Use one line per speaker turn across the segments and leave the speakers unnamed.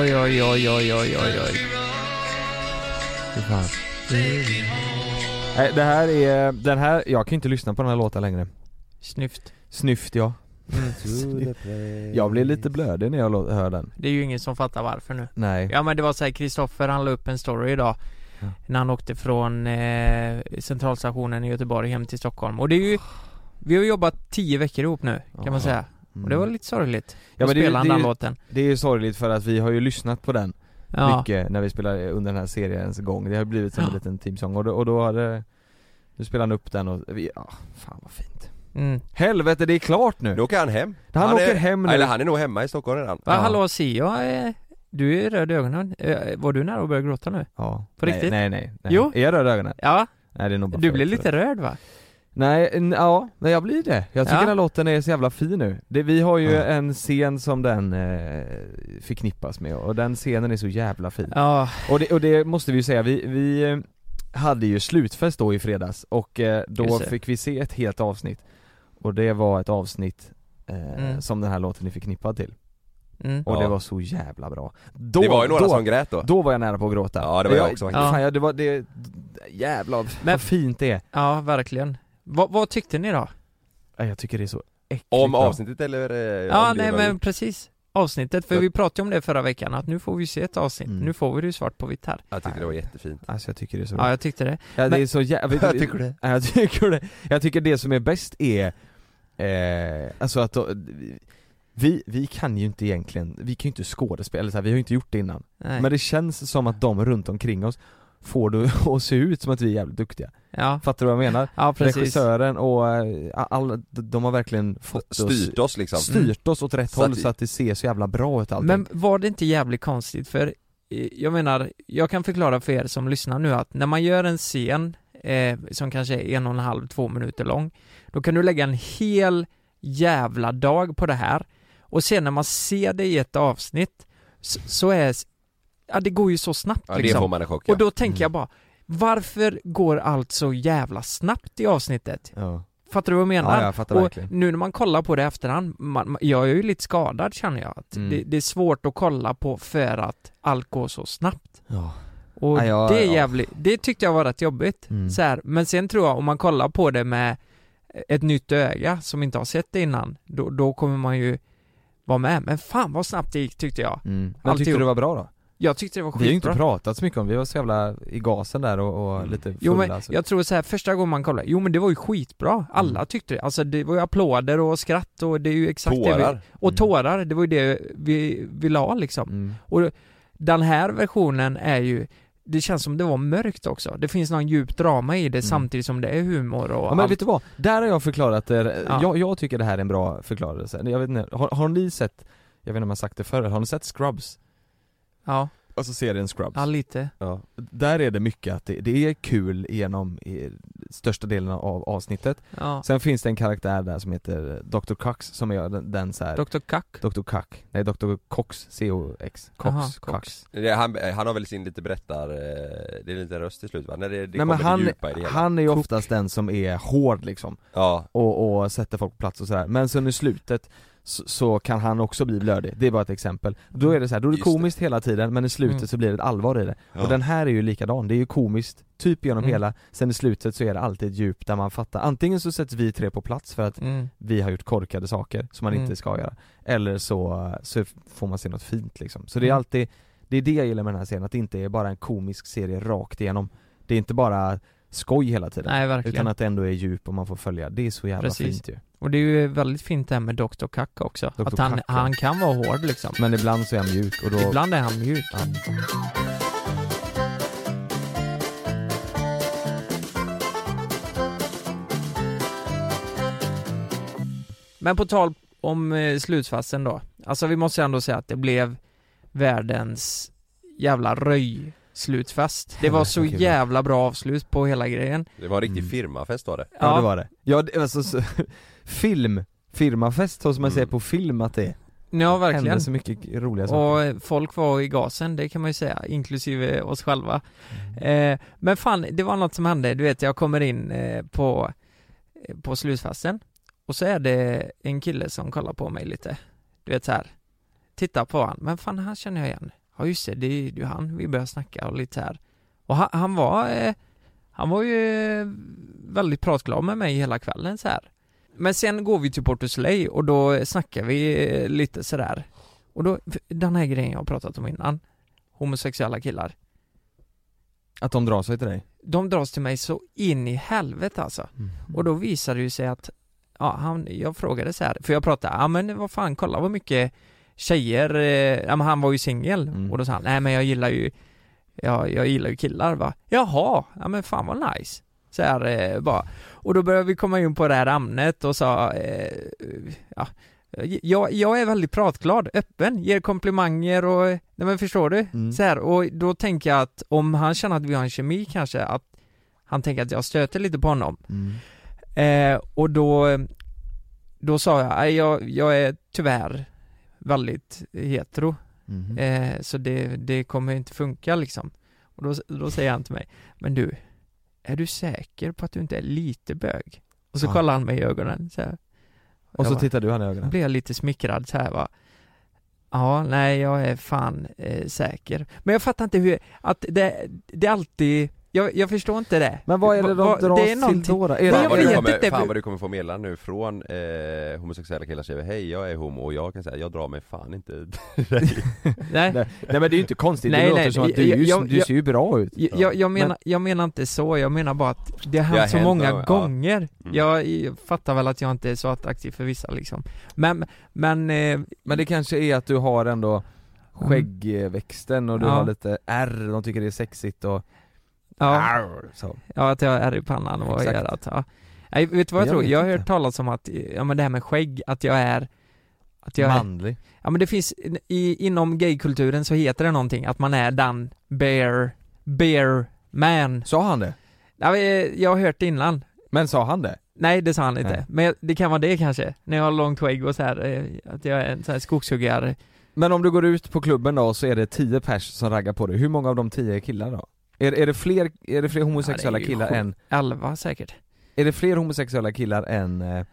Oj, oj, oj, oj, oj, oj, oj. Fy fan.
Nej, det här är, den här, jag kan ju inte lyssna på den här låten längre.
Snyft.
Snyft ja. Jag blir lite blödig när jag lå- hör den.
Det är ju ingen som fattar varför nu.
Nej.
Ja men det var så här, Kristoffer han la upp en story idag.
Ja.
När han åkte från eh, centralstationen i Göteborg hem till Stockholm. Och det är ju, vi har jobbat tio veckor ihop nu kan
Ja.
man säga. Och det var lite sorgligt.
Mm. Ja,
Ja,
men det är ju-
spela
det är
den
ju-
låten.
Det är ju sorgligt för att vi har ju lyssnat på den
Ja.
mycket när vi spelar under den här seriens gång. Det har blivit som en
Ja.
liten teamsång och då, och då har det, nu spelar han upp den och, vi, ja, fan vad fint.
Mm.
Helvete det är klart nu!
Nu åker han hem.
Han, åker
är,
hem nu.
Eller han är nog hemma i Stockholm redan.
Va,
Ja.
hallå Sia, eh, du är röd i ögonen. Eh, var du nära att börja gråta nu?
Ja.
På
nej,
riktigt?
Nej nej, nej.
Jo.
Är jag röd i ögonen?
Ja,
Nej det är nog bara
du
för-
blev
för-
lite röd va?
Nej, n- ja, nej jag blir det. Jag tycker
Ja.
den här låten är så jävla fin nu. Det, vi har ju
Ja.
en scen som den eh, förknippas med och den scenen är så jävla fin.
Ja,
Och, det, och det måste vi ju säga, vi, vi eh, hade ju slutfest då i fredags och eh, då
Just det.
fick vi se ett helt avsnitt. Och det var ett avsnitt eh,
Mm.
som den här låten är förknippad till.
mm.
Och
Ja.
det var så jävla bra. Då,
det var ju några
då,
som grät då.
då var jag nära på att gråta.
Ja, det var jag också faktiskt.
Fan, jag, det var, det, jävlar
Men-
vad fint det är.
ja verkligen. Va, vad tyckte ni då?
Nej, Jag tycker det är så äckligt
Om
bra.
avsnittet eller? eh,
Ja,
om det
nej
var-
men precis. Avsnittet, för
Jag-
vi pratade om det förra veckan att nu får vi se ett avsnitt,
Mm.
nu får vi det ju svart på vitt här.
Jag tyckte det var jättefint.
Alltså jag tycker det är så bra.
Ja, jag tyckte det.
Ja, det
Men-
är så jävligt...
Jag tycker det.
Ja, jag tycker det. Jag tycker det som är bäst är, eh, alltså att då, vi, vi kan ju inte egentligen, vi kan ju inte skådespela, eller så här, vi har ju inte gjort det innan.
Nej.
Men det känns som att de runt omkring oss får det att se ut som att vi är jävligt duktiga.
Ja,
Fattar du vad jag menar?
ja precis.
Regissören och eh, all, de har verkligen fått
Styrt oss liksom.
oss, styrt oss åt rätt
Så
håll
att vi-
så att det ser så jävla bra ut allting.
Men var det inte jävligt konstigt? För eh, jag menar, jag kan förklara för er som lyssnar nu att när man gör en scen eh, som kanske är en och en halv, två minuter lång, då kan du lägga en hel jävla dag på det här och sen när man ser det i ett avsnitt så, så är, s- ja det går ju så snabbt
Ja, det
liksom.
får man en chock ja.
Och då tänker
Mm.
jag bara, varför går allt så jävla snabbt i avsnittet?
ja.
Fattar du vad jag menar?
ja, jag fattar
och
verkligen.
nu när man kollar på det i efterhand, man, man- jag är ju lite skadad känner jag. Att
Mm.
det, det är svårt att kolla på för att allt går så snabbt.
Ja.
Och
Ja, ja,
det är
ja.
jävligt, det tyckte jag var rätt jobbigt.
Mm.
Så här, men sen tror jag om man kollar på det med ett nytt öga som inte har sett det innan, då, då kommer man ju vara med. Men fan vad snabbt det gick tyckte jag.
Mm. Men
Alltihop.
tyckte du det var bra då?
Jag tyckte det var
Vi har ju inte
skitbra.
pratat så mycket om, vi var så jävla i gasen där och, och lite fulla
Jo men
så. Mm.
jag tror så här första gången man kollade, jo men det var ju skitbra, alla tyckte det, alltså det var ju applåder och skratt och det är ju exakt det vi,
Tårar.
Mm.
Och tårar, det var ju det vi ville ha liksom
mm.
Och den här versionen är ju det känns som det var mörkt också, det finns någon djup drama i det samtidigt som det är humor och
Mm. Ja, men
allt.
vet du vad? Där har jag förklarat det,
Ja.
jag, jag tycker det här är en bra förklarelse, jag vet inte, har, har ni sett, jag vet inte om jag sagt det förr, har ni sett Scrubs?
Ja,
Alltså serien Scrubs?
ja lite.
Ja. Där är det mycket att det, det är kul genom eh, största delen av avsnittet,
Ja.
sen finns det en karaktär där som heter Dr. Cox som är den, den så här.
Dr Kack.
Dr. Cox, nej Dr. Cox, C-O-X, Cox,
Aha,
Cox. Cox.
Det- Han, eh, han har väl sin lite berättar... eh, Det är lite röst till slut va? När det, det
Nej men
kommer det
han,
djupa i det hela.
han är ju oftast den som är hård liksom
Ja.
och, och sätter folk på plats och sådär. Men sen i slutet så, så kan han också bli blödig, det är bara ett exempel. Då är det så här, då är det
Just det.
komiskt hela tiden men i slutet
Mm.
så blir det ett allvar i det.
Ja.
Och den här är ju likadan, det är ju komiskt typ genom
Mm.
hela, sen i slutet så är det alltid ett djup där man fattar, antingen så sätts vi tre på plats för att
Mm.
vi har gjort korkade saker som man
Mm.
inte ska göra, eller så, så får man se något fint liksom. Så det är
Mm.
alltid, det är det jag gillar med den här serien, att det inte är bara en komisk serie rakt igenom. Det är inte bara skoj hela tiden.
Nej verkligen.
Utan att det ändå är djup och man får följa, det är så jävla
Precis.
fint ju
Och det är ju väldigt fint det här med Dr. Kack också.
Dr.
Att han,
Kack, ja.
han kan vara hård liksom.
Men ibland så är han mjuk och då
Ibland är han mjuk.
Ja.
Men på tal om eh, slutfasen då. Alltså vi måste ändå säga att det blev världens jävla röj slutfest. Det var så
Helvete, vad kul.
jävla bra avslut på hela grejen.
Det var en riktig
Mm.
firmafest var det.
Ja, det var det. Ja det, alltså, så, film, firmafest så som man
Mm.
ser på film att det
Ja, verkligen.
händer så mycket roliga saker
Och eh, folk var i gasen, det kan man ju säga, inklusive oss själva.
Mm.
Eh, men fan, det var något som hände, du vet jag kommer in eh, på, eh, på slutfesten och så är det en kille som kollar på mig lite, du vet så här. tittar på han, men fan han känner jag igen. Ja just det, det är ju han, vi börjar snacka och lite så här. Och han, han var, eh, han var ju eh, väldigt pratglad med mig hela kvällen så här. Men sen går vi till Port Slay och då snackar vi eh, lite sådär och då, för den här grejen jag har pratat om innan Homosexuella killar
Att de drar sig till dig
De dras till mig så in i helvete alltså Och då visar det ju sig att Ja, han, jag frågade så här, för jag pratade, ja men vad fan, kolla vad mycket tjejer, eh, ja men han var ju singel
Mm.
och då sa han, nej men jag gillar ju jag, jag gillar ju killar va, jaha, ja men fan vad nice så här eh, bara, och då började vi komma in på det här ämnet och sa, eh, ja, jag, jag är väldigt pratglad, öppen, ger komplimanger och, nej men förstår du?
Mm.
Så här, och då tänker jag att om han känner att vi har en kemi kanske, att han tänker att jag stöter lite på honom
mm.
Eh, och då, då sa jag, "Nej, jag, jag är tyvärr väldigt hetero,
Mhm.
eh, så det, det kommer inte funka liksom. Och då, då säger han till mig, men du, är du säker på att du inte är lite bög? Och så
Ja.
kollar han mig i ögonen så här.
Och
Jag
så
bara-
tittar du han i
då
ögonen
blev jag lite smickrad så här va Ja, nej jag är fan eh, säker. Men jag fattar inte hur, att det, det är alltid, jag, jag förstår inte det.
Men vad är det
Va- va-
de dras
det är
till
någonting-
då? då?
Nej,
Är
Fan
jag
vad,
det,
du
vet
kommer,
inte.
fan vad du kommer få meddelanden nu från eh, homosexuella killar som säger hej jag är homo och jag kan säga jag drar mig fan inte
Nej.
nej, nej men det är ju inte konstigt, det
Nej,
låter
nej,
som att du, är ju,
jag-
du
jag-
ser ju bra ut
Jag, jag, jag, menar, jag menar inte så, jag menar bara att det har hänt så
hänt
många
någon- ja.
gånger.
Mm.
Jag, jag fattar väl att jag inte är så attraktiv för vissa liksom. Men, men, eh,
Men det kanske är att du har ändå skäggväxten och du
Mm. Ja.
har lite ärr, de tycker det är sexigt och
ja,
Arr, så.
ja att jag har ärr i pannan och i
Ah. Exakt.
örat. Ja. Nej, vet du vad jag,
Jag
tror?
vet
Jag har
inte.
hört talas om att, eh, ja men det här med skägg, att jag är att jag är,
manlig
ja men det finns, i, inom gaykulturen så heter det någonting, att man är den bear, bear man.
Sa han det?
Ja, men, eh, jag har hört det innan.
Men sa han det?
Nej det sa han inte,
Nej.
men jag- det kan vara det kanske, när jag har långt skägg och så här, eh, att jag är en sån här skogshuggare
Men om du går ut på klubben då så är det 10 pers som raggar på dig, hur många av de 10 är killar då? Är, är, det fler, är det fler homosexuella
Ja, det är ju
killar
sjukt.
än,
Elva säkert.
är det fler homosexuella killar än, eh,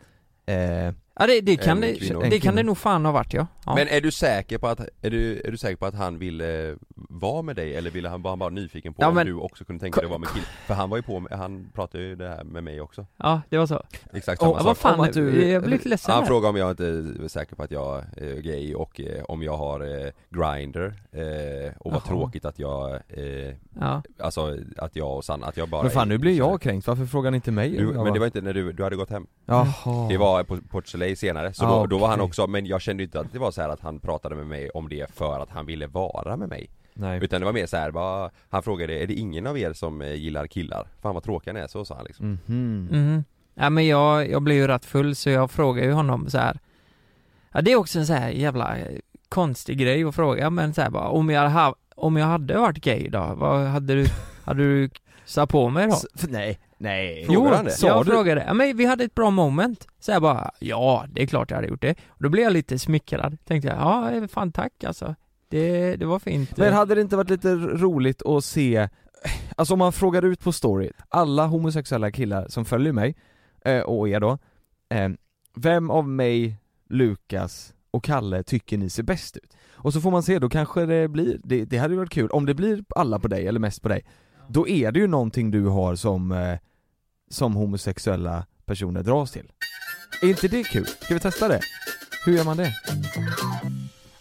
eh,
Ja det, det kan,
En
det,
kvinna och
en
det kan
kvinna.
det nog fan ha varit ja. ja.
Men är du säker på att, är du, är du säker på att han ville eh, vara med dig eller ville han, var han bara nyfiken på
Ja,
om
men-
du också kunde tänka dig att vara med killen? För han var ju på med, han pratade ju det här med mig också
ja, det var så.
Exakt samma
Ja, vad
sak
fan,
om att du-
jag blir lite ledsen
Han
där.
frågade om jag inte är säker på att jag är gay och eh, om jag har eh, grinder eh, och vad
Jaha.
tråkigt att jag, eh,
Ja.
alltså att jag och Sanna, att jag bara
men fan
är-
nu blir jag kränkt, varför frågar ni inte mig?
du,
Jag
Men det
bara,
var inte när du, du hade gått hem
Jaha.
Det var på Port Soleil senare, så
Ah,
då, då var han
okej.
också, men jag kände ju inte att det var så här att han pratade med mig om det för att han ville vara med mig
Nej.
Utan det var mer så här, bara, han frågade är det ingen av er som eh, gillar killar? Fan vad tråkiga ni är, så sa han liksom
Mhm.
Mhm. Ja men jag, jag blev ju rätt full så jag frågade ju honom så här. Ja det är också en så här jävla eh, konstig grej att fråga men så här bara, om jag, ha, om jag hade varit gay då, vad hade du, hade du satt på mig då?
S- för- Nej, nej.
Frågar han det?
Så jag
du-
frågade, ja, men vi hade ett bra moment. Så jag bara, ja det är klart jag hade gjort det. Och då blev jag lite smickrad. Tänkte jag, ja fan tack alltså. Det, det var fint.
Men hade det inte varit lite roligt att se, alltså om man frågar ut på story, alla homosexuella killar som följer mig, eh, och er då, eh, vem av mig Lukas och Kalle tycker ni ser bäst ut? Och så får man se, då kanske det blir, det, det hade ju varit kul, om det blir alla på dig eller mest på dig Då är det ju någonting du har som, eh, som homosexuella personer dras till Är inte det kul? Ska vi testa det? Hur gör man det?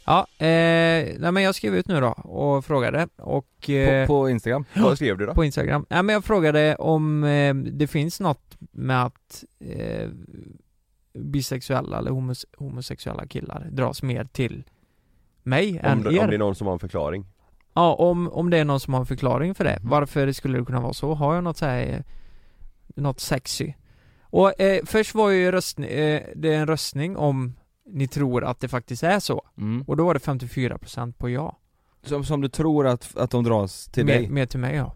Ja, eh, nej men jag skrev ut nu då och frågade och eh,
på Instagram?
Vad skrev du då?
på Instagram. Nej men jag frågade om eh, det finns något med att eh, bisexuella eller homos- homosexuella killar dras mer till mig
Om,
än
det-
er.
om det är någon som har en förklaring
Ja, om, om det är någon som har en förklaring för det.
Mm.
Varför skulle det kunna vara så? Har jag något så här, eh, något sexy? Och eh, först var ju röstning, eh, det är en röstning om ni tror att det faktiskt är så.
Mm.
Och då var det 54% på ja.
Som, som du tror att, att de dras till
mer,
dig?
Mer till mig ja.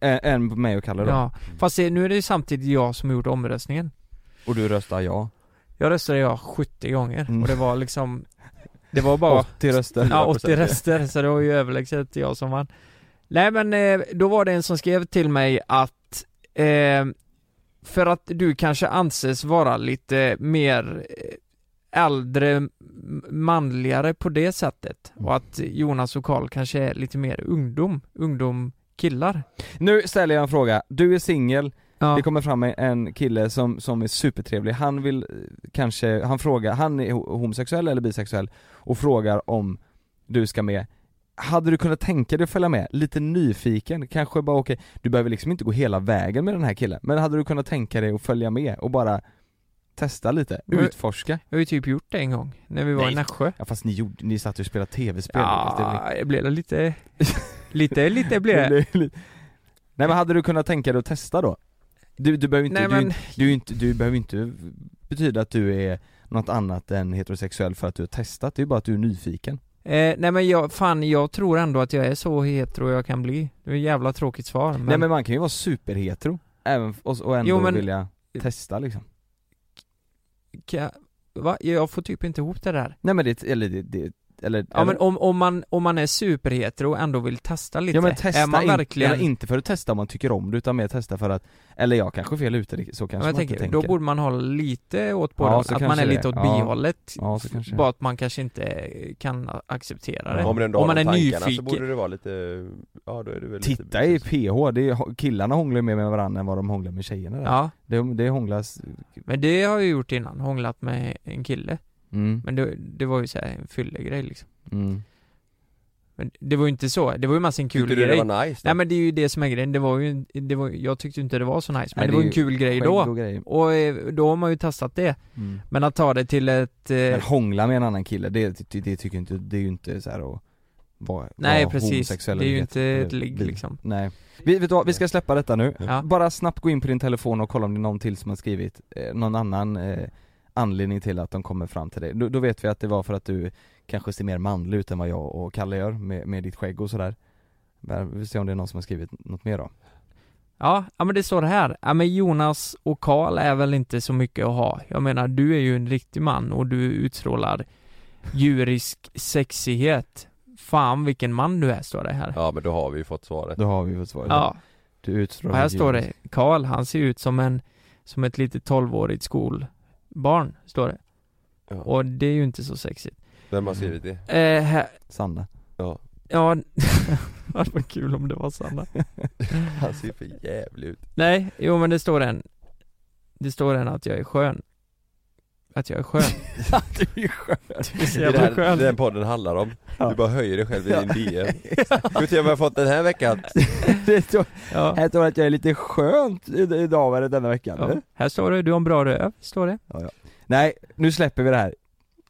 Ä- Än på mig och Kalle då? Mm.
ja. Fast det, nu är det ju samtidigt jag som har gjort omröstningen.
Och du röstar ja?
Jag röstade ja 70 gånger
Mm.
och det var liksom Det var bara
80 röster?
Ja, 80 röster, så det var ju överlägset jag som vann. Nej men eh, då var det en som skrev till mig att eh, För att du kanske anses vara lite mer eh, äldre, m- manligare på det sättet och att Jonas och Karl kanske är lite mer ungdom, ungdom killar.
Nu ställer jag en fråga, du är singel,
Ja,
det kommer fram en kille som, som är supertrevlig, han vill eh, kanske, han frågar, han är ho- homosexuell eller bisexuell och frågar om du ska med hade du kunnat tänka dig att följa med? Lite nyfiken, kanske bara okej, du behöver liksom inte gå hela vägen med den här killen, men hade du kunnat tänka dig att följa med och bara testa lite,
Men-
utforska?
jag har ju typ gjort det en gång när vi var
Nej.
i Nässjö.
Ja fast ni, gjorde, ni satt ju och spelade tv-spel Fast det-
Ja, det blev lite, lite, lite blev det.
Nej men hade du kunnat tänka dig att testa då? Du, du behöver inte,
Nej,
du, är
men-
inte- du, är inte, du behöver inte betyda att du är något annat än heterosexuell för att du har testat, det är ju bara att du är nyfiken
Eh, nej men jag, fan jag tror ändå att jag är så hetero jag kan bli. Det är ett jävla tråkigt svar men,
Nej men man kan ju vara superhetero, även, f- och, och ändå
Jo, men-
vilja testa liksom
Kan, va? Jag får typ inte ihop det där.
Nej men det, eller det, det eller,
Ja men om, om, man, om man är superhetero och ändå vill testa lite,
ja, men testa
är man
in,
verkligen...
eller inte för att testa om man tycker om det utan mer testa för att, eller jag kanske är fel ute, det- så
Ja,
kanske
men jag
man
tänker,
inte tänker
Då borde man ha lite åt
Ja,
båda
så
ja, att man
kanske
är
det.
lite åt
Ja.
bihållet.
Ja så kanske
Bara att man kanske inte kan acceptera det.
Ja,
Om, den
Om
har
man
de
är
tankarna så
nyfiken.
borde det vara lite, ja då är det väl
Titta i
lite
PH, det är, killarna hånglar mer med varandra än vad de hånglar med tjejerna där.
Ja,
Det, det hånglas,
men det har jag ju gjort innan, hånglat med en kille.
mm,
Men det, det var ju så här en fyllegrej liksom.
mm.
Men det var ju inte så, det var ju massa en kul
Tyckte
grej.
du det var nice? då?
Nej men det är ju det som är grejen, det var ju, en- det var, jag tyckte inte det var så nice, men
Nej,
det,
det
var
är
en kul grej
Skägg
då
och grejer.
Och eh, då har man ju testat det,
Mm.
men att ta det till ett... Eh,
Men hångla med en annan kille, det, det, det tycker jag inte, det är ju inte så här att vara,
nej
vara
precis, det
homosexuell
är ju
eller
inte
heter-
ett ligg
bi.
liksom
Nej. Vi, vet du vad, vi ska släppa detta nu.
Ja.
Bara snabbt gå in på din telefon och kolla om det är någon till som har skrivit eh, någon annan eh, anledning till att de kommer fram till dig. Då, då vet vi att det var för att du kanske ser mer manlig ut än vad jag och Kalle gör med, med ditt skägg och sådär. Där, Vi får se om det är någon som har skrivit något mer då.
Ja, ja men det står här, ja men Jonas och Karl är väl inte så mycket att ha Jag menar, du är ju en riktig man och du utstrålar djurisk sexighet Fan vilken man du är, står det här Ja,
Ja men då har vi ju fått svaret
Då har vi fått svaret.
ja
Du utstrålar
och här står
ljus.
det, Karl han ser ut som en, som ett litet tolvårigt skolbarn, står det
ja.
Och det är ju inte så sexigt.
Vem har skrivit det?
Eh, här-
Sanna.
Ja,
ja, det var kul om det var Sanna.
han ser för jävlig ut
Nej, jo men det står en, det står en att jag är skön. Att jag är skön.
du är skön.
Det är så
Det är det
jävla
här, den
skön.
podden handlar om,
Ja.
du bara höjer dig själv i din DM Ska vi se vad jag har fått den här veckan?
Det står,
Ja.
här står att jag är lite skönt i- idag eller denna veckan.
Ja.
eller?
Här står det, du har en bra röv, står det.
Nej, nu släpper vi det här.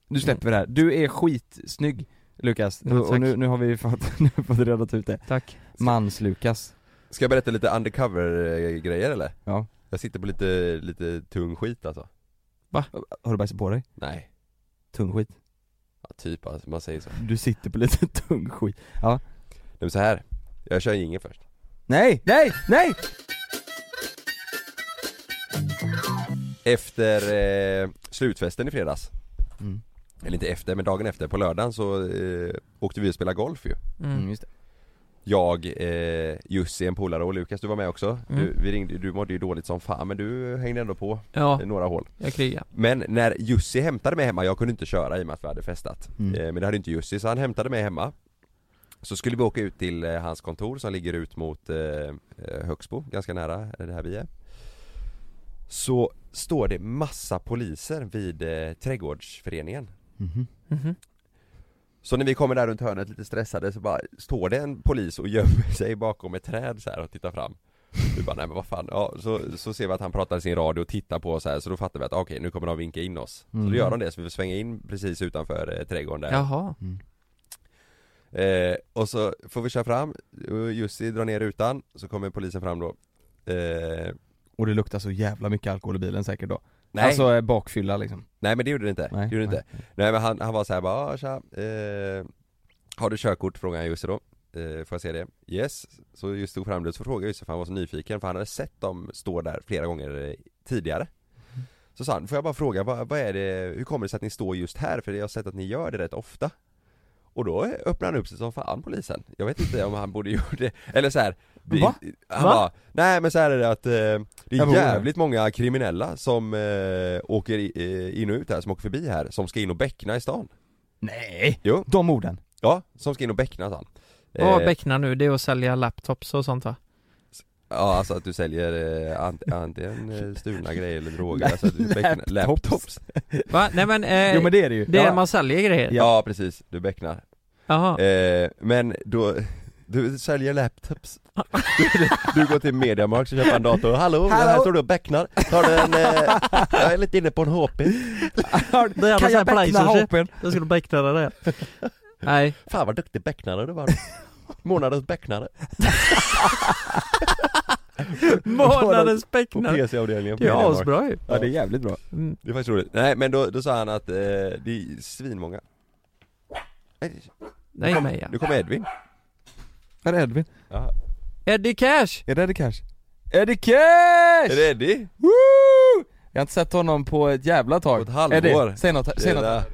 Nu släpper vi det här. Du är skitsnygg Lukas,
Ja,
och
tack.
nu, nu har vi fått, nu har vi fått reda ut det.
Tack.
Mans-Lukas.
Ska jag berätta lite undercover-grejer eller?
Ja.
Jag sitter på lite, lite tung skit alltså
Har du bajsat på dig?
Nej,
Tung skit.
ja, typ alltså, man säger så
Du sitter på lite tung skit.
Nej men så här. jag kör ingen först
Nej, nej, nej!
Efter eh, slutfesten i fredags
Mm.
Eller inte efter, men dagen efter, på lördagen så eh, åkte vi och spelade golf ju
Mm.
just det.
jag, eh, Jussi, en polare och Lukas, du var med också. Du,
Mm.
vi ringde, du mådde ju dåligt som fan men du hängde ändå på
Ja,
eh, några hål.
jag krigar.
Men när Jussi hämtade mig hemma, jag kunde inte köra i och med att vi hade festat
Mm.
eh, Men det hade inte Jussi, så han hämtade mig hemma Så skulle vi åka ut till eh, hans kontor som ligger ut mot eh, eh, Högsbo, ganska nära eh, det här vi är Så står det massa poliser vid eh, trädgårdsföreningen
Mhm.
Mhm.
så när vi kommer där runt hörnet lite stressade så bara står det en polis och gömmer sig bakom ett träd så här och tittar fram Vi bara nej men vad fan, ja, så, så ser vi att han pratar i sin radio och tittar på oss så här så då fattar vi att okej nu kommer de vinka in oss Så
Mm.
då gör de det så vi får svänga in precis utanför eh, trädgården där
Jaha.
eh, Och så får vi köra fram, och Jussi drar ner rutan, så kommer polisen fram då eh,
Och det luktar så jävla mycket alkohol i bilen säkert då
Nej,
Alltså eh, bakfylla liksom
nej men det gjorde det inte, det gjorde det inte Nej men han, han var såhär bara, "Ah, tja, eh, har du körkort? frågade han Jussi då eh, Får jag se det? Yes, så just tog fram det, så frågade Jussi för han var så nyfiken för han hade sett dem stå där flera gånger eh, tidigare Så sa han, får jag bara fråga, vad, vad är det, hur kommer det sig att ni står just här? För jag har sett att ni gör det rätt ofta och då eh, öppnade han upp sig som fan polisen. Jag vet inte om han borde gjort det, eller såhär
Va?
Han
Va?
bara, nej men så här är det att eh, det
Jag
är
bor här.
jävligt många kriminella som eh, åker i, eh, in och ut här, som åker förbi här, som ska in och bäckna i stan
Nej!
Jo.
De orden!
Ja, som ska in och bäckna sa han
Vad
Eh,
becknar nu? Det är att sälja laptops och sånt va?
Ja alltså att du säljer eh, ant- antingen eh, stulna grejer eller droger, alltså att du bäcknar
Laptops.
Laptops
Va? Nej men, eh,
Jo men det är det ju!
det är
ja.
man säljer grejer?
Ja precis, du bäcknar
Jaha.
eh, Men då, du säljer laptops du, du går till Mediamarkt och köper en dator, hallå, här
Hallå.
står du och bäcknar, har du en, eh, jag är lite inne på en HP
Det är alla
kan
så här
jag beckna
places,
hopen?
Jag skulle beckna det där. Nej.
Fan vad duktig bäcknare du var Månadens bäcknare
Månadens
på
becknare.
PC-avdelningen på
Det är
Mediamarkt
asbra ju.
Ja det är jävligt bra
Mm.
Det är faktiskt roligt, nej men då, då sa han att eh, det är svinmånga Nej,
Nej men ja.
Nu kommer Edvin
Är det Edvin?
Eddie Cash!
Är det Eddie Cash? Eddie Cash!
Är det Eddie?
Woo! Jag har inte sett honom på ett jävla tag
På ett halvår.
Eddie, säg något, säg något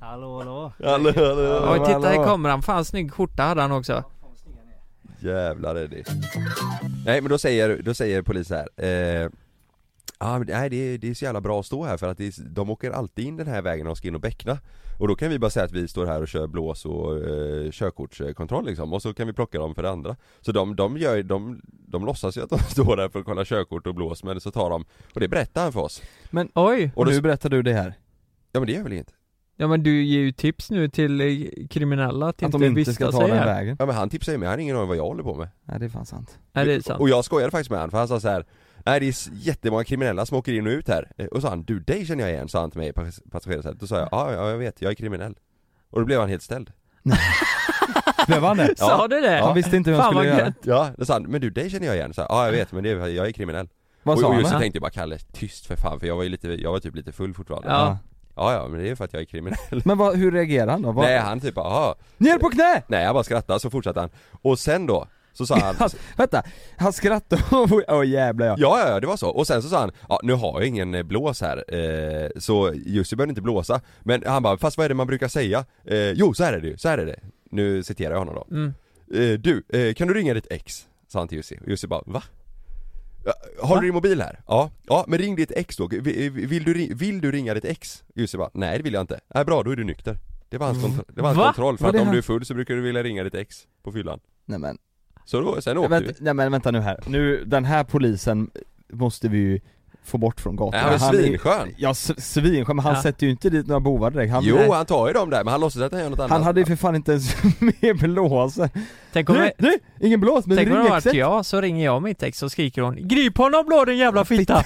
Hallå hallå Hallå hallå
Oj titta här
hallå.
kommer han, fan snygg skjorta hade han också.
Jävlar Eddie Nej men då säger, då säger polisen här eh, ah, men, Nej det är, det är så jävla bra att stå här för att det är, de åker alltid in den här vägen och ska in och bäckna Och då kan vi bara säga att vi står här och kör blås och eh, körkortskontroll liksom och så kan vi plocka dem för det andra Så de, de gör ju- de, de låtsas ju att de står där för att kolla körkort och blås men så tar de Och det berättar han för oss
Oj!
Och
Och
då-
nu berättar du det här
Ja men det gör väl inget?
Ja men du ger ju tips nu till eh, kriminella att,
Att
inte
de inte
vistas
ska ta
sig
den
här.
vägen
Ja men han tipsar ju mig, han har ingen aning om vad jag håller på med
Nej det är fan sant
Nej det är sant.
Och jag skojade faktiskt med han för han sa så här. Nej det är s- jättemånga kriminella som åker in och ut här Eh, Och sa han, du dig känner jag igen, sa han till mig i pass- passagerarsätet Då sa jag, ja ja jag vet, jag är kriminell Och då blev han helt ställd
Blev han det?
Sa du det?
Han visste inte hur han
Fan,
skulle
vad
göra
gött.
Ja, då sa han, men du dig känner jag igen, så här, ja jag vet men det är, jag är kriminell
Vad
och,
sa
och
han?
just
då?
så tänkte jag bara, Kalle tyst för fan för jag var ju lite, jag var typ lite full fortfarande Ja
Ja.
ja, men det är ju för att jag är kriminell
Men vad, hur reagerar han då? Vad-
Nej han typ bara, "Aha."
Ner på knä!
nej jag bara skrattade så fortsatte han Och sen då, så sa han
Han, vänta, han skrattade och... Åh jävlar ja.
Ja, ja, ja, det var så. Och sen så sa han, ja, nu har jag ingen eh, blås här, eh, så Jussi behöver inte blåsa. Men han bara, fast vad är det man brukar säga? Eh, jo, så här är det ju, så här är det. Nu citerar jag honom då.
Mm.
Eh, du, eh, kan du ringa ditt ex? Sa han till Jussi. Och Jussi bara, va? Ja, Har du din mobil här? Ja, ja men ring ditt ex då, Vi- eh, vill du, ri- vill du ringa ditt ex? Jussi bara, nej det vill jag inte. Nej bra, då är du nykter. Det var hans,
Mm.
kontro- det var hans
Va?
kontroll, för
Var
att
det
om
han-
du är full så brukar du vilja ringa ditt ex på fyllan.
Nej men,
Så då, sen åkte vi.
vänta, nej, men vänta nu här, nu, den här polisen måste vi ju få bort från gatan
Nej, han var
är-
svinskön.
Ja s- svinskön, men han
Ja.
sätter ju inte dit några bovar direkt han,
Jo,
nej.
han tar ju dem där, men han låtsas att han gör något annat.
han hade ju för fan inte ens med blåsen
Tänk om,
Nej, nej, ingen blås men
tänk om det
ring
varit
exet
jag, så ringer jag mitt ex och skriker hon 'Grip honom blå din jävla fitta!'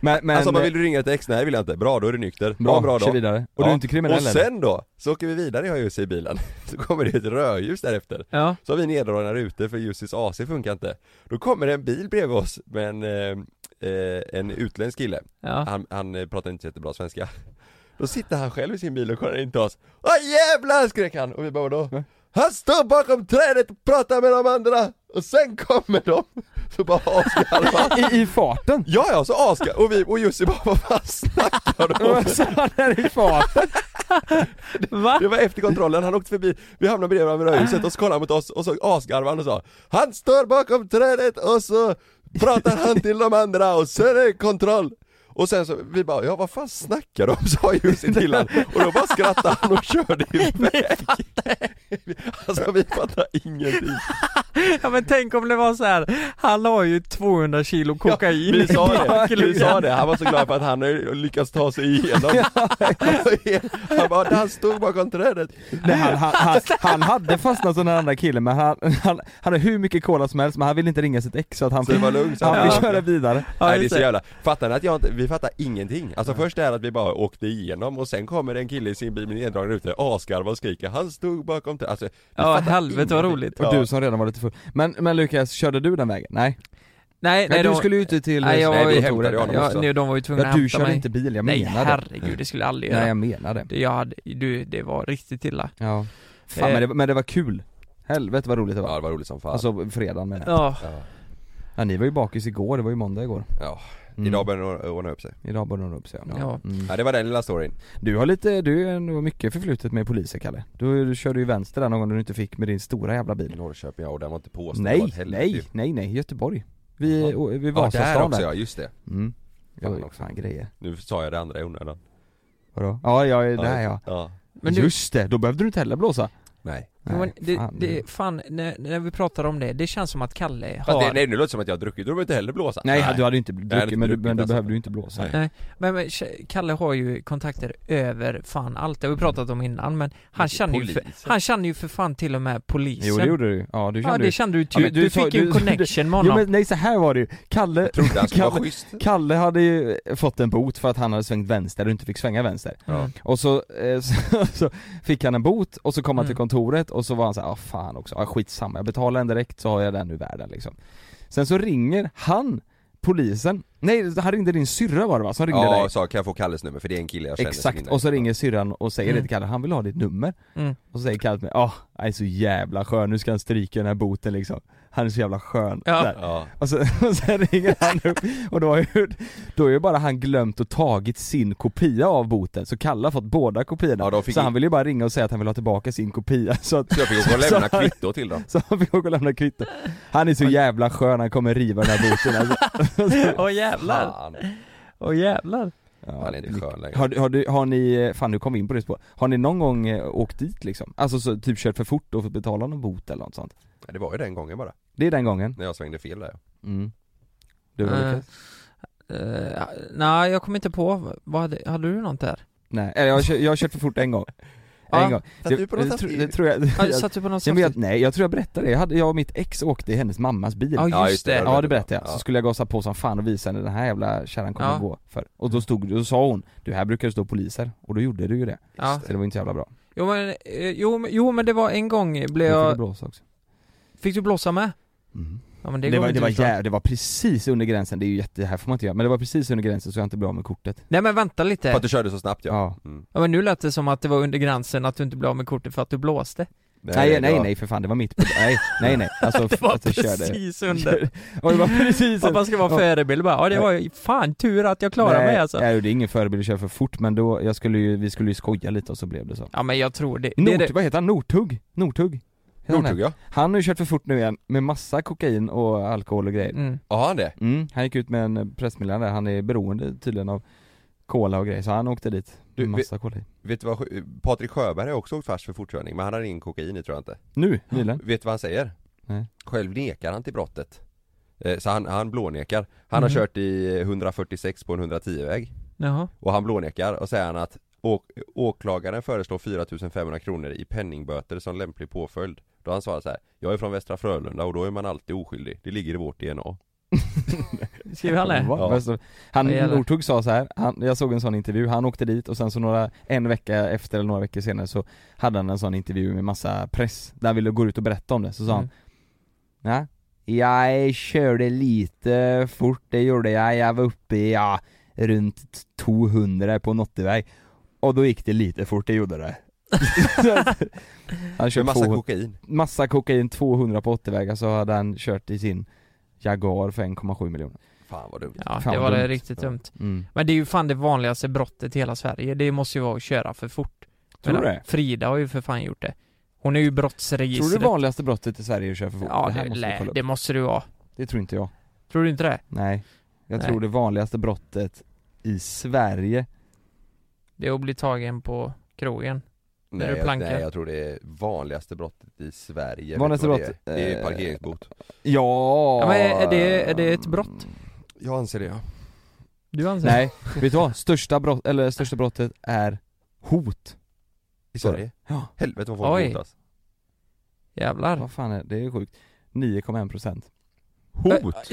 Men, men
alltså man vill du ringa ett ex? Nej det vill jag inte. Bra då är du nykter. Bra,
bra,
bra, då.
kör vidare Och
Ja.
du är inte kriminell
Och sen då, så åker vi vidare jag och Jussi i bilen. Så kommer det ett rödljus därefter.
Ja.
Så har vi neddragna rutor för Jussis AC funkar inte. Då kommer det en bil bredvid oss med en, eh, eh, en utländsk kille.
Ja.
Han, han eh, pratar inte så jättebra svenska. Då sitter han själv i sin bil och kollar in till oss. Åh jävlar skrek han! Och vi bara då? Han står bakom trädet och pratar med de andra! Och sen kommer de! Så bara asgarvar
eller? I, I farten!
Ja ja, så aska och vi och Jussi bara vad fan snackar du om?
Så han är i farten!
Va?
Det var efter kontrollen, han åkte förbi, vi hamnade bredvid varandra i huset och så kollade han mot oss och så asgarvade han och sa Han står bakom trädet och så pratar han till de andra och så är det kontroll! Och sen så, vi bara ja vad fan snackar de om? sa Jussi till han och då bara skrattade han och körde iväg Alltså vi fattar ingenting
Ja men tänk om det var så här. han har ju 200 kilo kokain
Vi sa
i
det,
bakluckan.
vi sa det, han var så glad för att han hade lyckats ta sig igenom Han bara, han stod bakom trädet
Nej, han, han, han, han hade fastnat som den andra killen men han, han, han har hur mycket cola som helst men han vill inte ringa sitt ex så att han
Så det
fick,
var lugnt, så
han
han
fick
fick
köra vidare
Ja,
Nej det är
just
så
det.
jävla, fattar ni att jag inte, vi fattar ingenting. Alltså först är det att vi bara åkte igenom och sen kommer en kille i sin bil med neddragen ruta, asgarvar och skriker 'Han stod bakom det. Alltså, vi
Ja
fattar
helvete vad
ingenting.
roligt.
Och
Ja.
du som redan var lite full. Men, men Lukas, körde du den vägen? Nej?
Nej, nej,
du
de-
skulle ju inte till...
nej, jag
Nej,
var
vi
ju
hämtade
otroligt.
honom också.
jag, nej, de var ju tvungna
ja,
att
du
hämta
körde
mig.
inte bil, jag
nej
menar
herregud, det skulle jag aldrig
det. Nej
göra.
jag menar det.
Det, jag hade, du, det var riktigt illa.
Ja. Fan,
Eh.
men, det, men det var kul. Helvete vad roligt det
Ja
var.
det var roligt som fan.
Alltså fredagen menar jag.
Ja,
ja.
Ja, ni var ju bakis igår, det var ju måndag igår.
ja.
Mm.
Idag börjar det or- ordna upp sig.
Idag började hon upp sig ja.
Ja.
Mm.
Ja det var den lilla storyn.
Du har lite, du är nog mycket förflutet med poliser Kalle. Du, du körde ju vänster där någon gång när du inte fick med din stora jävla bil.
Norrköping, ja och den var inte påstådd. Det var
Nej,
ett helvete ju.
nej, nej, nej, Göteborg. Vi,
Jaha.
och, vi
Ja
Vasastan
där
där.
också ja, just det.
Mm. Det var ju
Fan också.
fan grejer.
Nu sa jag det andra i onödan.
Vadå? Ja, ja, där ja.
ja.
men du,
Just det, då behövde du inte heller blåsa.
Nej.
jo, men det,
fan.
det, fan när, när vi pratar om det, det känns som att Kalle
Fast
har...
det, nej nu låter det som att jag har druckit, då behöver jag inte heller blåsa.
Nej, du hade ju inte
hade inte
druckit men du, men
druckit,
du
alltså.
behövde ju inte blåsa.
Nej.
Men, men Ke- Kalle har ju kontakter över fan allt, det har vi pratat om innan men han känner ju för,
Polisen.
han känner ju för fan till och med polisen
Jo det gjorde du Ja du
Ja
kände
det
ju
kände du ju,
Ja, men
du,
du sa-
fick ju en
du-
connection med
Jo
honom
men nej så här var det ju, Kalle,
Trodde han skulle vara
Kalle-
schysst.
Kalle hade ju fått en bot för att han hade svängt vänster och inte fick svänga vänster
Ja.
Och så, eh, så, så fick han en bot och så kom han till
Mm.
kontoret och så var han så här, ah fan också, ah, skitsamma, jag betalar den direkt så har jag den ur världen liksom Sen så ringer han polisen, nej han ringde din syrra var det va? Som ringde
Ja,
dig?
och sa kan jag få Kalles nummer för det är en kille jag känner som
Exakt,
inne.
och så ringer syrran och säger
Mm.
det till Kalle, han vill ha ditt nummer
Mm.
Och så säger Kalle till mig, ah, han är så jävla skön, nu ska han stryka den här boten liksom Han är så jävla skön
Ja.
Där.
Ja.
och, så, och sen ringer han upp och då har ju, då har ju bara han glömt och tagit sin kopia av boten Så Kalle har fått båda kopiorna
Ja, de fick
Så
ju-
han vill ju bara ringa och säga att han vill ha tillbaka sin kopia så att
Så jag fick gå och
Så-
lämna kvitto till dem.
så han fick åka och lämna kvitto. Han är så jävla skön, han kommer riva den här boten alltså.
Åh jävlar,
Fan.
åh jävlar
ja,
Han är inte skön längre.
Har, du- har, du, har ni, fan nu kom vi in på det spåret. Har ni någon gång eh, åkt dit liksom? Alltså så, typ kört för fort och fått betala någon bot eller något sånt?
Ja, Det var ju den gången bara,
Det är den gången?
när jag svängde fel där
Mm. Du då
Eh,
Lukas?
eh, Nej jag kommer inte på, vad hade, hade du något där?
Nej, eller jag har, kört, jag har kört för fort en gång.
Ja,
en gång.
satt
Det-
du på något
det, tror-
saft-
det tror jag,
Ja,
jag,
satt du på något
Nej, men jag,
saftigt?
nej, jag tror jag berättade det. Jag, hade, jag och mitt ex åkte i hennes mammas bil.
Ja, just det.
Ja det berättade jag, så skulle jag gasa på som fan och visa henne den här jävla kärran kommer
Ja.
att gå för Och då stod, då sa hon Du här brukar det stå poliser, och då gjorde du ju det,
Ja.
så det var inte så jävla bra
Jo men, eh, jo, men- jo men det var en gång blev
jag... fick
jag,
blåsa också
fick du blåsa med?
mm.
Ja men det,
det, det,
går typ
var, det,
inte
var
ut, va?
jä... det var precis under gränsen, det är ju jätte, det här får man inte göra, men det var precis under gränsen så jag inte blev av med kortet
Nej men vänta lite,
För att du körde så snabbt ja, Mm.
Ja,
ja, men nu lät det som att det var under gränsen att du inte blev av med kortet för att du blåste
nej nej
det
nej,
var-
för fan Eh, det var mitt på... nej nej nej, alltså
Det var
att jag körde
precis under.
Och det var precis
Att man ska vara förebild bara, ja det var ju fan tur att jag klarade
nej,
mig alltså.
nej, det är ingen förebild att köra för fort men då, jag skulle ju, vi skulle ju skoja lite och så blev det så
Ja men jag tror det, det, är
Nort,
det.
vad heter han? Northugg? Northugg? Heter han det?
Nordtog ja,
Han har ju kört för fort nu igen med massa kokain och alkohol och grejer
Mm.
Ja, har han det?
mm, Han gick ut med en pressmeddelande, där. han är beroende tydligen av cola och grejer så han åkte dit
Du,
med massa cola i.
Vet du vad, sj- Patrik Sjöberg har också åkt fast för fortkörning men han har ingen kokain i tror jag inte
Nu, nyligen?
Vet du vad han säger?
Nej.
Själv nekar han till brottet Eh, Så han, han blånekar,
Mhm.
han har kört i 146 på en 110-väg
Jaha.
Och han blånekar och säger han att å- åklagaren föreslår 4500 kronor i penningböter som lämplig påföljd Då han svarar så här, jag är från Västra Frölunda och då är man alltid oskyldig, det ligger i vårt DNA
Skriver han det?
Va?
Ja.
Vad så- Han
Vad gäller?
Northug sa så här, han, jag såg en sån intervju, han åkte dit och sen så några, en vecka efter eller några veckor senare så hade han en sån intervju med massa press där han ville gå ut och berätta om det, så sa han
Mm.
Nej. Jag körde lite fort, det gjorde jag. Jag var uppe i ja, runt 200 på en 80-väg. Och då gick det lite fort, det gjorde det. Så att- han
Med
körde
massa
massa,
kokain
massa kokain, 200 på 80-vägar, så hade han kört i sin Jaguar för 1,7 miljoner.
Fan vad dumt
Ja
Fan,
det
vad
var det
dumt.
riktigt
Ja.
dumt.
Mm.
Men det är ju fan det vanligaste brottet i hela Sverige, det måste ju vara att köra för fort.
Tror du
menar,
det?
Frida har ju för fan gjort det. Hon är ju
Tror
brottsregistret.
du det vanligaste brottet i Sverige är att köra för fort?
Ja,
här
det,
måste vi
lä-
kolla upp.
det måste det ju vara.
det tror inte jag.
Tror du inte det?
Nej. Jag
Nej.
tror det vanligaste brottet i Sverige
Det är att bli tagen på krogen. Är det
Nej, jag,
planka?
nej jag tror det är vanligaste brottet i Sverige
Vanligaste
Vet du vad
brott?
Det är, det är
Eh,
parkeringsbot
Ja, mm.
Ja, men är det- är det ett brott?
Jag anser det ja
Du anser?
Nej, vet du vad? Största, brott, eller största brottet är hot
I Sverige?
Ja.
Helvete vad folk
Oj.
hotas
Jävlar.
Vad fan är det? Det är sjukt 9,1%
Hot?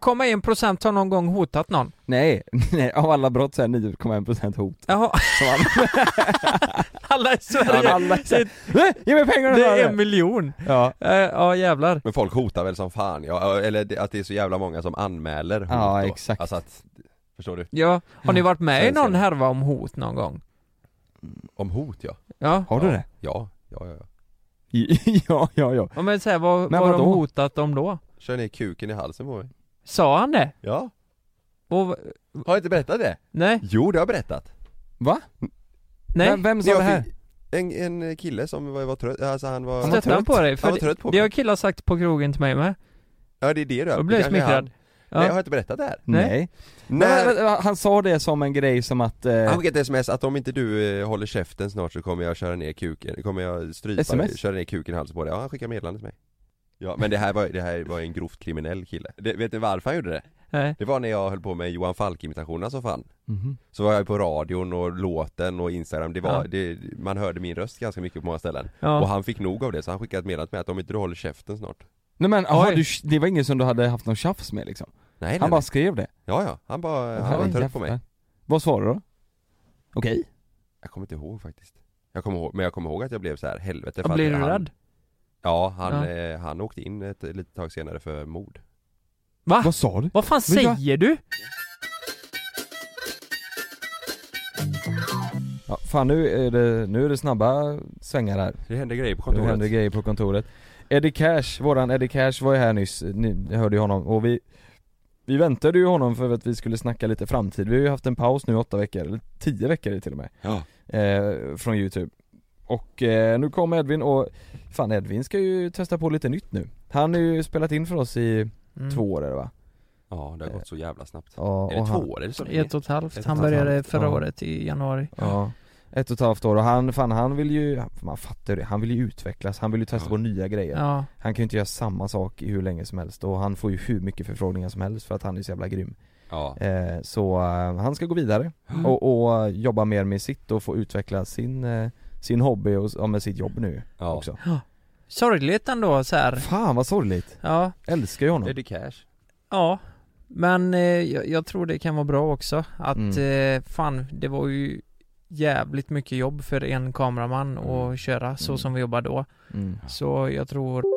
9,1% har någon gång hotat någon.
Nej, nej, av alla brott så är 9,1% hot
Jaha,
Som alla-
alla i Sverige.
Alla
det,
Nej, Ge mig pengarna!
det är en miljon.
Ja,
Eh, Ja jävlar.
Men folk hotar väl som fan, ja, eller det- att det är så jävla många som anmäler hot
Ja,
då.
exakt.
Alltså att, förstår du?
Ja, har
Mm.
ni varit med i
Svenskar.
någon härva om hot någon gång?
Om hot ja
Ja.
har du
Ja.
det?
Ja, ja, ja, ja.
Ja, ja, ja
Ja, Men så här, vad,
Men
vad har de
vadå?
hotat om då?
Kör ner kuken i halsen på mig
Sa han det?
Ja,
Och,
har jag inte berättat det?
nej,
Jo det har jag berättat
Va?
nej.
Vem, vem sa
Jag
det här?
fick En, en kille som var, var trött, alltså han var...
Han var
Stötte han
trött.
på dig? För
Han var
det-
trött på
det
mig.
har killar sagt på krogen till mig med.
Ja det är det du
Då blev jag
kanske är han.
smickrad. Ja.
Nej jag har inte berättat det här
Nej.
Nej.
När-
Men, men, han sa det som en grej som att... Eh,
Han skickade ett sms att om inte du eh, håller käften snart så kommer jag köra ner kuken, kommer jag strypa
SMS?
dig, köra ner kuken i halsen på dig. Ja han skickade meddelande till mig Ja men det här var, det här var en grovt kriminell kille. Det, vet ni varför han gjorde det?
Nej.
Det var när jag höll på med Johan Falk-imitationerna som fan.
Mhm.
Så var jag på radion och låten och instagram, det var,
Ja.
det, man hörde min röst ganska mycket på många ställen. Och
Ja.
han fick nog av det så han skickade ett meddelande till mig att om inte du håller käften snart.
Nej men, aha,
Oj.
du, det var ingen som du hade haft någon tjafs med liksom?
Nej,
Han
nej,
bara
nej.
skrev det?
Ja ja, han bara,
Oj,
han var trött på
jävlar.
mig.
Vad svarade du då? Okej
Jag kommer inte ihåg faktiskt. Jag kommer ihåg, men jag kommer ihåg att jag blev så här helvete för
Ja,
att
Blir du
han,
rädd?
Ja, han,
Ja.
Eh, han åkte in ett litet tag senare för mord. Ah.
Va?
Vad sa du?
Vad fan
Vet du vad?
säger du?
Ja, fan nu är, det, nu är det snabba svängar här,
Det hände grejer på
nu
kontoret.
händer grejer på kontoret Eddie Cash, våran Eddie Cash var ju här nyss, ni hörde ju honom och vi Vi väntade ju honom för att vi skulle snacka lite framtid, vi har ju haft en paus nu i åtta veckor, eller tio veckor är det till och med
Ja.
eh, Från youtube Och eh, nu kom Edvin och, fan Edvin ska ju testa på lite nytt nu Han har ju spelat in för oss i
Mm.
två år är det va?
ja, det har gått så jävla snabbt.
Ja,
är det
och
två
han-
år eller så länge?
Ett och ett halvt.
Ett
Han
och ett
började
halvt,
förra
ja.
året i januari.
Ja, ett och ett halvt år och han, fan han vill ju, man fattar ju det, han vill ju utvecklas, han vill ju testa
Ja.
på nya grejer
Ja.
Han kan ju inte göra samma sak i hur länge som helst och han får ju hur mycket förfrågningar som helst för att han är så jävla grym
Ja.
eh, Så eh, han ska gå vidare
Mm.
och, och eh, jobba mer med sitt och få utveckla sin, eh, sin hobby och ja, med sitt jobb nu
ja.
också
Sorgligt ändå så här.
Fan vad sorgligt,
Ja.
älskar ju honom
Eddie Cash.
Ja. Men eh, jag, jag tror det kan vara bra också att eh, fan, det var ju jävligt mycket jobb för en kameraman att
Mm.
köra så
Mm.
som vi jobbar då.
mm.
Så jag tror...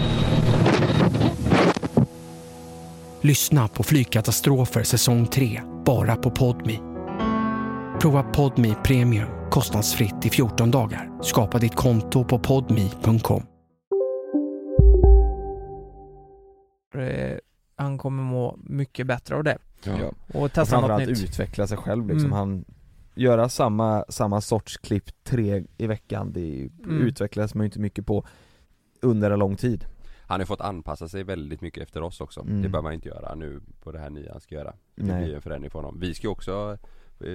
Lyssna på Flygkatastrofer säsong 3, bara på Podmi. Prova Podmi Premium kostnadsfritt i 14 dagar. Skapa ditt konto på podmi.com.
eh, han kommer må mycket bättre av det.
Ja.
Och testa något
framförallt
nytt.
utveckla sig själv liksom,
Mm.
han Göra samma, samma sorts klipp tre i veckan, det är ju-
Mm.
utvecklas man ju inte mycket på under en lång tid
Han har fått anpassa sig väldigt mycket efter oss också.
Mm.
Det bör man inte göra nu på det här nya han ska göra. Det
Nej.
blir ju en förändring för honom. Vi ska ju också eh,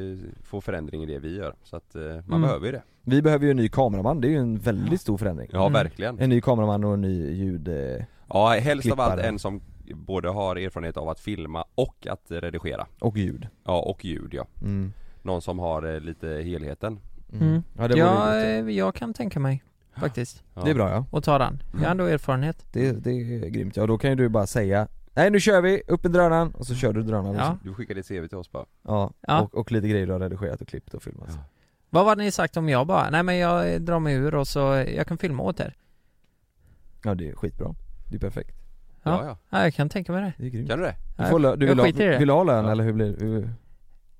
få förändring i det vi gör. Så att eh, man
Mm.
behöver ju det.
Vi behöver ju en ny kameraman, det är ju en väldigt stor förändring
Ja, Mm. verkligen.
En ny kameraman och en ny ljud... eh,
Ja, helst av allt
klippare.
en som både har erfarenhet av att filma och att redigera.
Och ljud
Ja, och ljud ja.
Mm.
Någon som har eh, lite helheten.
Mm.
Ja,
Ja,
det vore
eh, jag kan tänka mig faktiskt.
Ja. Mm. Det är bra, ja.
Och ta den. Jag har ändå erfarenhet.
Det, det är grymt, ja då kan ju du bara säga Nej nu kör vi, upp med drönaren, och så kör du drönaren liksom.
Du skickar ditt CV till oss bara.
ja.
Ja.
Och, och lite grejer du har redigerat och klippt och filmat
Vad var det ni sagt om jag bara? Nej men jag eh, drar mig ur och så, eh, jag kan filma åt er.
Ja det är skitbra, det är perfekt
Ja, ja. jag kan tänka mig det.
Det är grymt.
Kan du det?
Du, får lö- du vill,
jag
ha,
skiter i det.
vill du ha lön eller hur blir det?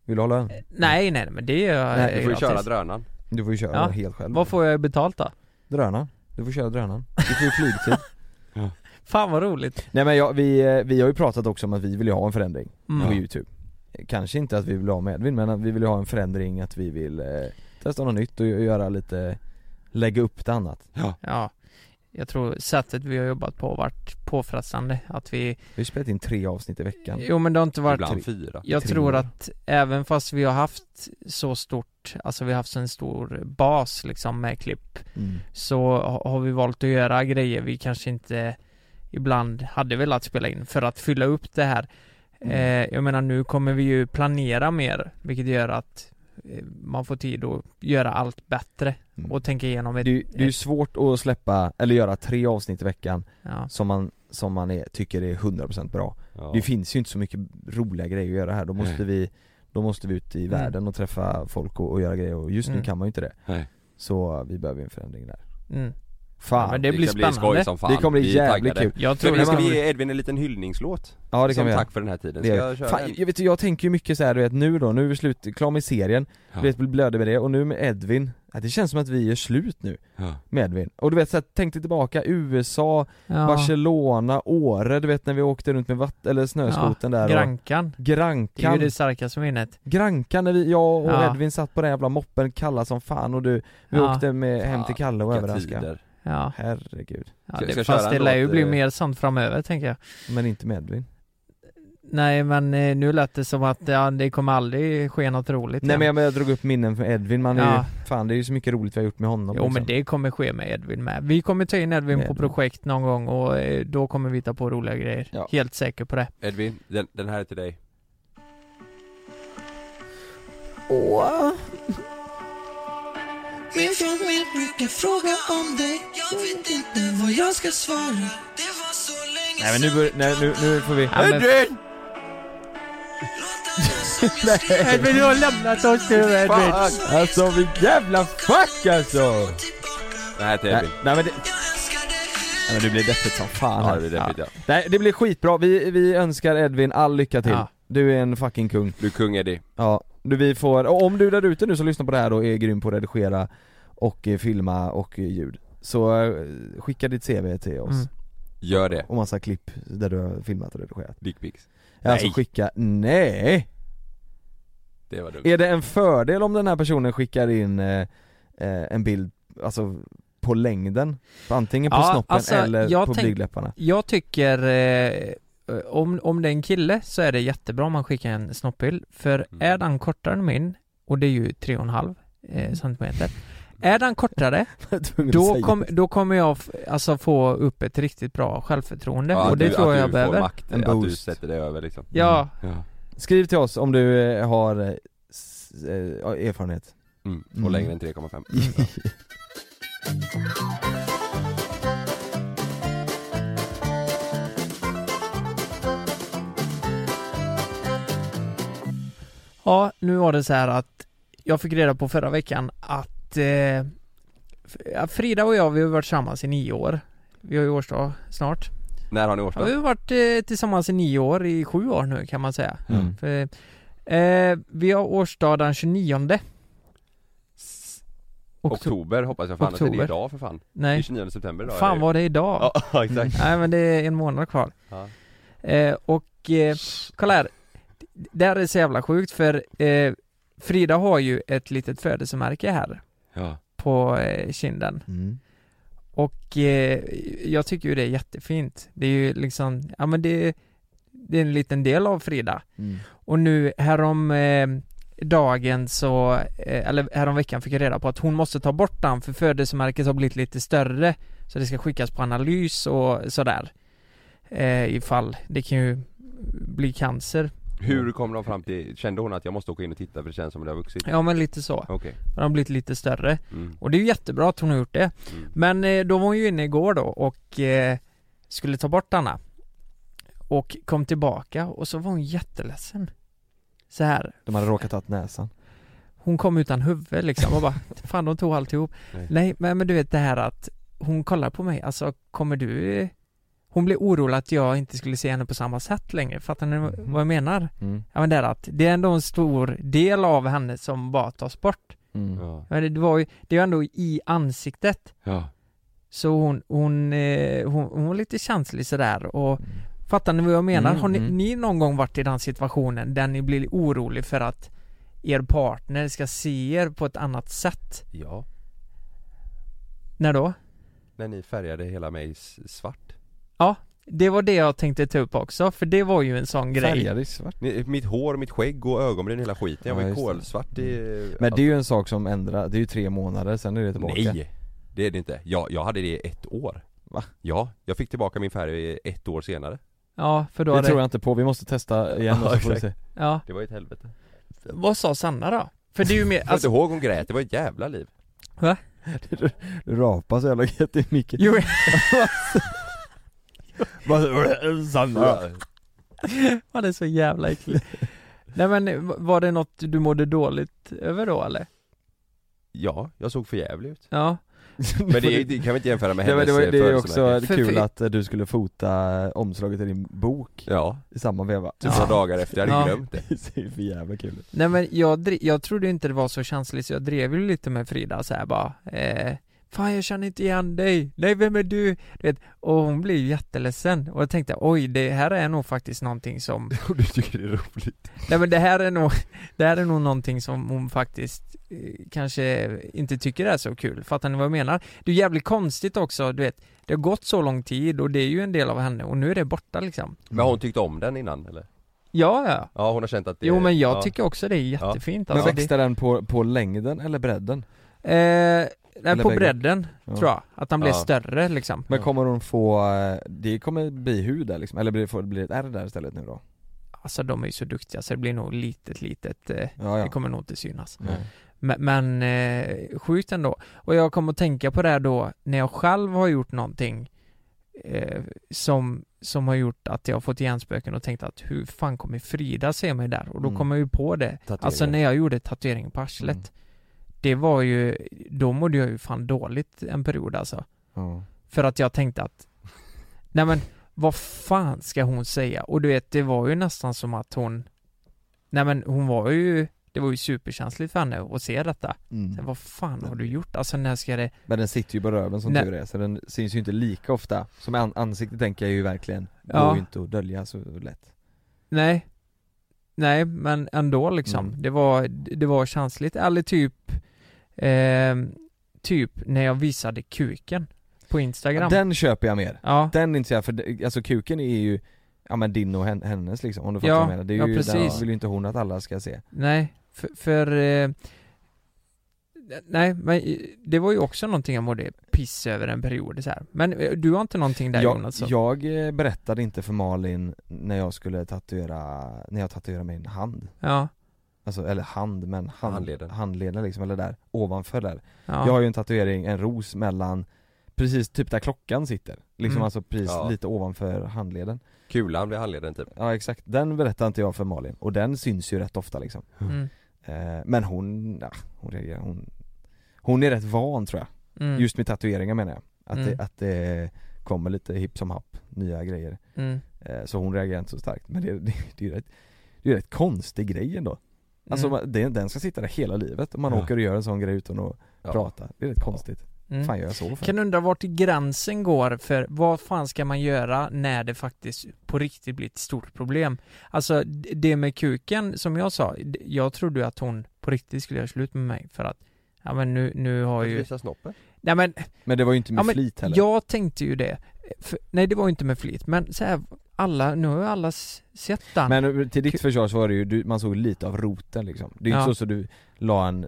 Vill du ha lön?
Nej nej men det är jag
Nej, du får ju
gratis.
köra drönaren. Du får ju köra den helt själv.
Vad får jag betalt då?
Drönaren, du får köra drönaren, du får ju flygtid
Fan vad roligt
Nej men jag, vi, eh, vi har ju pratat också om att vi vill ju ha en förändring
Mm.
på youtube Kanske inte att vi vill ha med Edvin men att vi vill ju ha en förändring, att vi vill eh, testa något nytt och göra lite, lägga upp det annat
Ja
Ja Jag tror sättet vi har jobbat på har varit påfrestande att vi
Vi har spelat in tre avsnitt i veckan
Jo men det har inte varit
Ibland fyra.
Jag
Tre
tror
år.
att även fast vi har haft så stort Alltså vi har haft så en stor bas liksom med klipp
Mm.
Så ha- har vi valt att göra grejer vi kanske inte Ibland hade velat spela in för att fylla upp det här
Mm.
eh, Jag menar nu kommer vi ju planera mer Vilket gör att eh, man får tid att göra allt bättre och tänka igenom ett,
Mm. Det är, ju- det är ju svårt att släppa, eller göra tre avsnitt i veckan
Ja.
som man, som man är, tycker är 100% bra
Ja.
Det finns ju inte så mycket roliga grejer att göra här, då måste
Nej.
vi då måste vi ut i
Mm.
världen och träffa folk och, och göra grejer och just nu
Mm.
kan man ju inte det
Nej.
Så vi behöver ju en förändring där
Mm.
Fan!
Ja, men det blir
skoj
spännande.
som fan.
Det kommer bli
Vi är
jävligt
taggade.
kul
Jag tror Men vi ska
man-
ge Edvin en liten hyllningslåt.
Ja det kan
som
vi göra.
tack för den här tiden.
Det
Ska
gör vi.
jag köra
Fan,
en?
jag, vet, jag tänker ju mycket så här, du vet nu då, nu är vi slut, klar med serien,
Ja.
du vet blir blödig med det och nu med Edvin, ja, det känns som att vi gör slut nu
Ja.
med Edvin. Och du vet så här, tänk dig tillbaka, USA,
Ja.
Barcelona, Åre, du vet när vi åkte runt med vatt- eller snöskoten
Ja,
där
Grankan.
och, Grankan
Det är ju det starkaste minnet
Grankan när vi, jag och
Ja.
Edvin satt på den jävla moppen kalla som fan och du, vi
Ja.
åkte med, hem till Kalle och
vilka
överraskade
tider. Ja.
Herregud
Ja, det, fast det lär ju
eh.
bli mer sånt framöver tänker jag
Men inte med Edvin
Nej men eh, nu lät det som att ja, det kommer aldrig ske något roligt
Nej
igen.
men jag, men jag drog upp minnen från Edvin, man är ju,
Ja.
fan det är ju så mycket roligt vi har gjort med honom liksom.
Jo men det kommer ske med Edvin med. Vi kommer ta in Edvin
Med
på
Edvin.
projekt någon gång och eh, då kommer vi ta på roliga grejer. Helt säker på det.
Edvin, den, den här är till dig.
Åh. Min familj brukar fråga om dig Jag vet inte vad jag ska svara
Nej men nu bör, nej, nu, nu får vi...
Ja, men- Edvin!
nej!
Edvin, du har
lämnat oss nu
Edvin.
Alltså vi jävla fuck alltså!
Den här är till
Nej,
Edvin.
nej men det... Nej, men det blir deppigt som fan
Ja,
här.
det blir deppigt, ja.
Nej det blir skitbra, vi, vi önskar Edvin all lycka till.
Ja.
Du är en fucking kung.
Du är kung Eddie.
Ja, du, vi får, och om du där ute nu som lyssnar på det här då är grym på att redigera och eh, filma och eh, ljud. Så eh, skicka ditt CV till oss.
Mm. Gör det.
Och massa klipp där du har filmat och redigerat.
Dickpics.
Alltså
Nej.
skicka, nej!
Det var dumt.
Är det en fördel om den här personen skickar in eh, eh, en bild, alltså på längden? Antingen på snoppen eller på
alltså, tänk-
blygdläpparna?
Jag tycker eh, om, om det är en kille så är det jättebra om man skickar en snoppbild. För är den kortare än min, och det är ju 3,5 eh, centimeter. Är den kortare,
att
då,
säga
kom, då kommer jag f- alltså få upp ett riktigt bra självförtroende.
Ja,
och det
du,
tror
att
jag
du
behöver.
Får makt,
En
en att du
boost.
sätter dig över liksom.
Ja.
ja.
Skriv till oss om du eh, har eh, s- eh, ja, erfarenhet
Mm. Och längre än 3,5.
Ja, nu var det så här att jag fick reda på förra veckan att eh, F- ja, Frida och jag, vi har varit tillsammans i nio år. Vi har ju årsdag snart.
När har ni
Ja, vi har
årsdag?
varit eh, tillsammans i nio år, i sju år nu kan man säga.
Mm.
För, eh, vi har årsdag den 29
Oktober hoppas jag fan att det är
Oktober.
idag för fan.
Nej.
Det är 29 september idag.
Fan
eller?
var det idag?
Ja, exakt.
Nej men det är en månad kvar.
Ja.
Eh, och eh, kolla här, det här är så jävla sjukt för eh, Frida har ju ett litet födelsemärke här
Ja.
på eh, kinden. Och eh, jag tycker ju det är jättefint. Det är ju liksom, ja men det, det är en liten del av Frida.
Mm.
Och nu härom eh, dagen så, eh, eller härom veckan fick jag reda på att hon måste ta bort den för födelsemärket har blivit lite större. Så det ska skickas på analys och sådär. Eh, ifall, det kan ju bli cancer.
Hur kom de fram till, kände hon att jag måste åka in och titta för det känns som att det har vuxit?
Ja men lite så.
Okej.
Den har blivit lite större.
Mm.
Och det är ju jättebra att hon har gjort det. Men eh, då var hon ju inne igår då och eh, skulle ta bort denna. Och kom tillbaka och så var hon jätteledsen. Så här.
De hade råkat ha näsan
Hon kom utan huvud liksom och bara, fan de tog alltihop.
Nej.
Nej, Nej men, men du vet det här att hon kollar på mig, alltså kommer du eh, hon blev orolig att jag inte skulle se henne på samma sätt längre, fattar ni vad jag menar?
Mm.
Ja men det är att, det är ändå en stor del av henne som bara tas bort
Mm.
Ja.
men det var ju, det var ändå i ansiktet
Ja.
Så hon, hon, eh, hon, hon var lite känslig sådär och Fattar ni vad jag menar?
Mm,
Har ni,
mm.
ni någon gång varit i den situationen där ni blir orolig för att er partner ska se er på ett annat sätt?
Ja.
När då?
När ni färgade hela mig s- svart.
Ja, det var det jag tänkte ta upp också för det var ju en sån grej
svart?
Mitt hår, mitt skägg och ögonbryn, hela skiten. Jag var
Ja,
ju
just det.
kolsvart i...
Men det är ju en sak som ändrar, det är ju tre månader, sen är det tillbaka
Alltså. Nej! Det är det inte. Jag, jag hade det i ett år.
Va?
Ja, jag fick tillbaka min färg ett år senare.
Ja, för då
Det
har det-
tror jag inte på, vi måste testa igen och så får vi se
exakt.
Ja.
Det var ju ett helvete.
Vad sa Sanna då? För det är ju mer, alltså,
Jag kommer inte ihåg hon grät, det var ett jävla liv.
Va?
Du rapar så jävla gött i micken
Jo
Sandra
Ja, det är så jävla äckligt Nej men var det något du mådde dåligt över då eller?
Ja, jag såg för jävligt ut.
Ja
Men det, det kan vi inte jämföra med
Ja, men
hennes
det, var,
eh,
det är ju också
födelsemärke.
kul att eh, du skulle fota eh, omslaget till din bok
Ja.
i samma veva
Tusen dagar efter, jag hade glömt det.
Det är för jävla kul ut.
Nej men jag, dri- jag trodde inte det var så känsligt så jag drev ju lite med Frida så här bara eh, Fan jag känner inte igen dig, nej vem är du? du vet, och hon blev ju jätteledsen och jag tänkte oj det här är nog faktiskt någonting som
Du tycker det är roligt.
Nej men det här är nog, det här är nog någonting som hon faktiskt eh, kanske inte tycker är så kul, fattar ni vad jag menar? Det är jävligt konstigt också, du vet Det har gått så lång tid och det är ju en del av henne och nu är det borta liksom
Men har hon tyckt om den innan eller?
Ja ja,
Ja hon har känt att det
jo men jag
ja.
tycker också det är jättefint
Men
alltså, det...
växte den på, på längden eller bredden?
Eh, nej,
Eller
på
bägge?
bredden
Ja.
tror jag, att han blev
Ja.
större liksom
Men kommer hon få, eh, det kommer bli hud där liksom, eller blir får det bli ett ärr där istället nu då?
Alltså de är ju så duktiga så det blir nog litet litet, eh,
Ja, ja.
det kommer nog inte synas
Nej.
Men, men eh, sjukt ändå, och jag kom att tänka på det här då när jag själv har gjort någonting eh, som, som har gjort att jag har fått igen spöken och tänkt att hur fan kommer Frida se mig där? Och då
Mm.
kom jag ju på det,
Tatueringar. Mm.
alltså när jag gjorde tatueringen på arslet Det var ju, då mådde jag ju fan dåligt en period alltså
Ja.
För att jag tänkte att Nej men vad fan ska hon säga? Och du vet det var ju nästan som att hon Nej men hon var ju Det var ju superkänsligt för henne att se detta
Mm.
så, Vad fan har du gjort? Alltså när ska det
Men den sitter ju på röven som
Nej.
tur är, så den syns ju inte lika ofta Som an- ansiktet tänker jag ju verkligen, det
Ja.
går ju inte att dölja så lätt
Nej Nej men ändå liksom Det var, det var känsligt eller typ ehm, Typ när jag visade kuken På Instagram
Den köper jag mer,
Ja.
den är inte så jag, för det- alltså kuken är ju Ja men din och hen- hennes liksom, om du fattar
Ja,
vad jag menar. Det är
ja,
ju,
precis.
den vill ju inte hon att alla ska se
Nej, för, för eh, Nej, men eh, det var ju också någonting jag mådde piss över en period så här. Men eh, du har inte någonting där
jag,
Jonas? så-
jag eh, berättade inte för Malin när jag skulle tatuera, när jag tatuerade min hand
Ja.
Alltså, eller hand men hand, handleden. handleden liksom, eller där, ovanför där
Ja.
Jag har ju en tatuering, en ros mellan, precis typ där klockan sitter Liksom
Mm.
alltså precis
Ja.
lite ovanför handleden
Kulan blev handleden typ.
Ja exakt, den berättade inte jag för Malin och den syns ju rätt ofta liksom
Mm.
eh, Men hon, ja, hon reagerar, hon Hon är rätt van tror jag
Mm.
Just med tatueringar menar jag Att,
Mm.
det, att det kommer lite hipp som happ, nya grejer
Mm.
eh, Så hon reagerar inte så starkt, men det, det, det är ju rätt, det är ju rätt konstig grej ändå Alltså
Mm.
man- den, den ska sitta där hela livet om man
Ja.
åker och gör en sån grej utan att
Ja.
prata, det är rätt konstigt
Mm.
fan gör jag så för?
Kan undra vart gränsen går för vad fan ska man göra när det faktiskt på riktigt blir ett stort problem? Alltså d- det med kuken som jag sa, d- jag trodde ju att hon på riktigt skulle göra slut med mig för att ja men nu, nu har
Att
ju...
visa snoppen?
Nej men
Men det var ju inte med
Ja, men
flit heller
Jag tänkte ju det. För, nej det var ju inte med flit, men så här, alla, nu har ju alla s- sett den.
Men eh, till ditt försvar så var det ju, du, man såg lite av roten liksom Det är ju
Ja.
inte så så du la en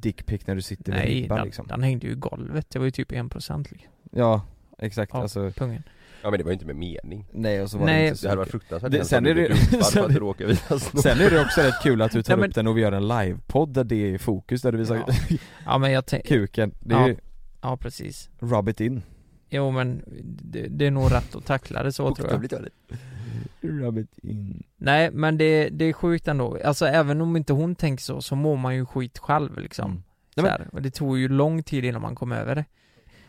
dickpic när du sitter vid
nej,
ribban
den,
liksom
den hängde ju i golvet. Det var ju typ 1% liksom.
Ja, exakt
Ja,
alltså
pungen.
Ja men det var ju inte med mening
Nej och så var
Nej.
det inte så
Det hade varit
mycket.
fruktansvärt
Det-
hemskt
sen,
om
är
du dumpar
det,
för att
sen,
du råkar visa snoppen.
sen är det också rätt kul att du tar
Nej, men-
upp den och vi gör en livepodd där det är i fokus, där du visar
Ja. Ja men jag tänkte,
kuken Det är
ja,
ju
ja precis.
rub it in
Jo men det, det är nog rätt att tackla det så tror jag.
Bokstavligt talat.
Rub it in
Nej men det, det är sjukt ändå. Alltså även om inte hon tänker så, så mår man ju skit själv liksom.
Mm.
Så här. Och det tog ju lång tid innan man kom över det.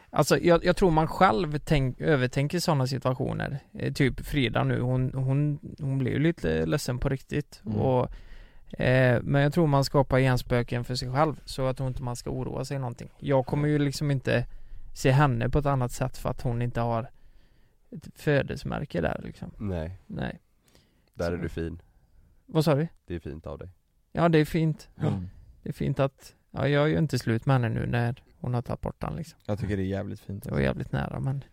Alltså jag, jag tror man själv tänk, övertänker sådana situationer. Eh, typ Frida nu, hon, hon, hon blev ju lite ledsen på riktigt.
Mm.
Och, eh, men jag tror man skapar genspöken för sig själv. Så jag tror inte man ska oroa sig någonting. Jag kommer ju liksom inte se henne på ett annat sätt för att hon inte har ett födelsemärke där liksom.
Nej,
Nej.
där
Så-
är du fin.
Vad sa du?
Det är fint av dig.
Ja det är fint.
Mm.
Det är fint att, ja jag är ju inte slut med henne nu när hon har tagit bort den liksom.
Jag tycker det är jävligt fint
Det var jävligt nära men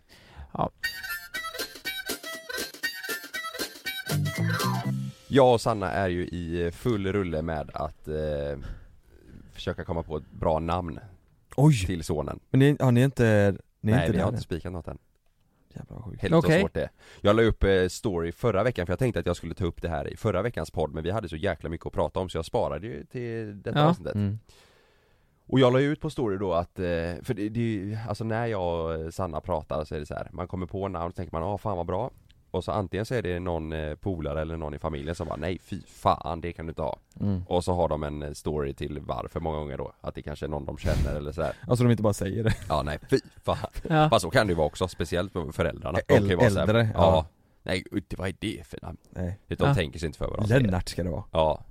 Jag och Sanna är ju i full rulle med att eh, försöka komma på ett bra namn
Oj!
till sonen.
Men ni, ja, ni är inte, ni är
Nej,
inte
vi
där
har
än.
inte spikat något än.
Jävlar vad sjukt.
Helt okay.
Okej.
så svårt det är. Jag la upp eh, story förra veckan för jag tänkte att jag skulle ta upp det här i förra veckans podd men vi hade så jäkla mycket att prata om så jag sparade ju till detta
Ja.
Mm.
avsnittet. Och jag la ju ut på story då att, eh, för det, det är ju- alltså när jag och Sanna pratar så är det så här, man kommer på namn och tänker man ah fan vad bra Och så antingen så är det någon eh, polare eller någon i familjen som bara nej fy fan det kan du inte ha
Mm.
Och så har de en eh, story till varför många gånger då, att det kanske är någon de känner eller så här.
Alltså de inte bara säger det.
ja nej fy fan
ja.
Fast så kan det ju vara också, speciellt med föräldrarna De
Äl-
kan ju vara så här,
äldre,
ja.
ja.
Nej ut- vad är det för namn?
Nej.
De
Ja.
tänker sig inte för vad de säger
Lennart ska det vara.
Ja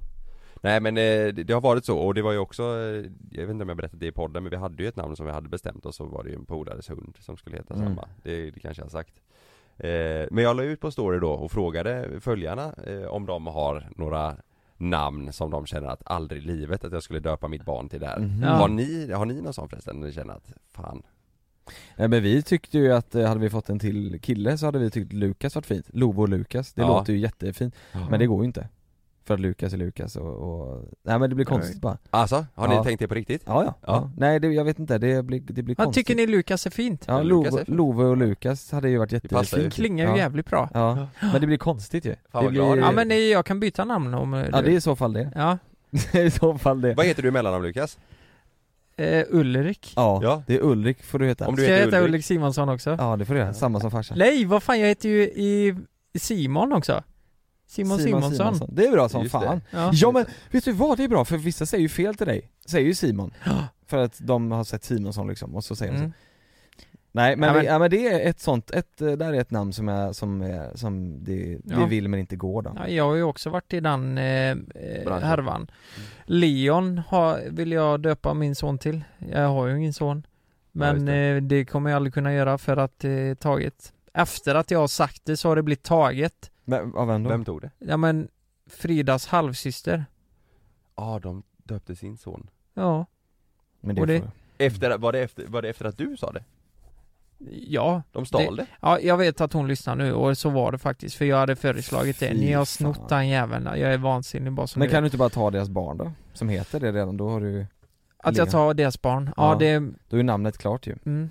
Nej men eh, det det har varit så och det var ju också, eh, jag vet inte om jag berättade det i podden men vi hade ju ett namn som vi hade bestämt och så var det ju en polares hund som skulle heta
Mm.
samma det, det kanske jag har sagt eh, Men jag la ut på story då och frågade följarna eh, om de har några namn som de känner att aldrig i livet att jag skulle döpa mitt barn till det här
Mhm.
Ja.
Har ni, har ni någon sån förresten? Ni känner att, fan
Nej men vi tyckte ju att eh, hade vi fått en till kille så hade vi tyckt Lukas varit fint. Lobo och Lukas, det
Ja.
låter ju jättefint.
Ja.
Men det går ju inte. För att Lukas är Lukas och, och... Nej men det blir konstigt bara.
Alltså, har ni
Ja.
tänkt det på riktigt?
Ja ja.
Ja.
ja. Nej det, jag vet inte, det blir, det blir
Vad
konstigt.
tycker ni Lukas är fint?
Ja,
Ja, Lukas
Lobo,
är fint.
Lobo och Lukas hade ju varit
passar ju.
jättefint.
Klingar ju
Ja.
jävligt bra.
Ja. Men det blir konstigt ju.
vad
det blir...
glad jag
Ja men nej, jag kan byta namn om eh,
Ja
du-
det är i så fall det.
ja.
Det är i så fall det.
Vad heter du i mellannamn Lukas?
Eh, Ulrik.
Ja,
Ja.
det är Ulrik får du heta.
Om du
Ska jag
heter
heta
Ulrik?
Ulrik Simonsson också?
Ja det får du göra, samma som farsan.
Nej vad fan jag heter ju i i Simon också. Simon, Simonsson.
Det är bra som
Just det.
fan.
Ja.
Ja men vet du vad, det är bra för vissa säger ju fel till dig, säger ju Simon För att de har sett Simonsson liksom, och så säger de
Mm.
så Nej men,
Ja,
det-
men-
ja, men det är ett sånt, ett, eh, där är ett namn som är, som, är, som det,
Ja.
vi vill men inte går då
Ja, jag har ju också varit i den eh, eh,
Branschen.
härvan. Leon har, vill jag döpa min son till. Jag har ju ingen son.
Ja,
Men
just
det. Eh, det kommer jag aldrig kunna göra för att det är taget. Efter att jag har sagt det så har det blivit taget.
Vem, Av vem då?
Vem tog det?
Ja men Fridas halvsyster.
Ja, de döpte sin son
Ja.
Men det,
Och det-
får-
Efter, var det efter, var det efter att du sa det?
Ja.
De stal det?
ja, jag vet att hon lyssnar nu och så var det faktiskt för jag hade föreslagit det.
Fy
Ni har
fan.
snott den jäveln, jag är vansinnig bara som
Men
du
kan
vet.
du inte bara ta deras barn då? Som heter det redan, då har du,
Att jag tar deras barn, ja,
Ja.
det,
då är namnet klart ju
mm.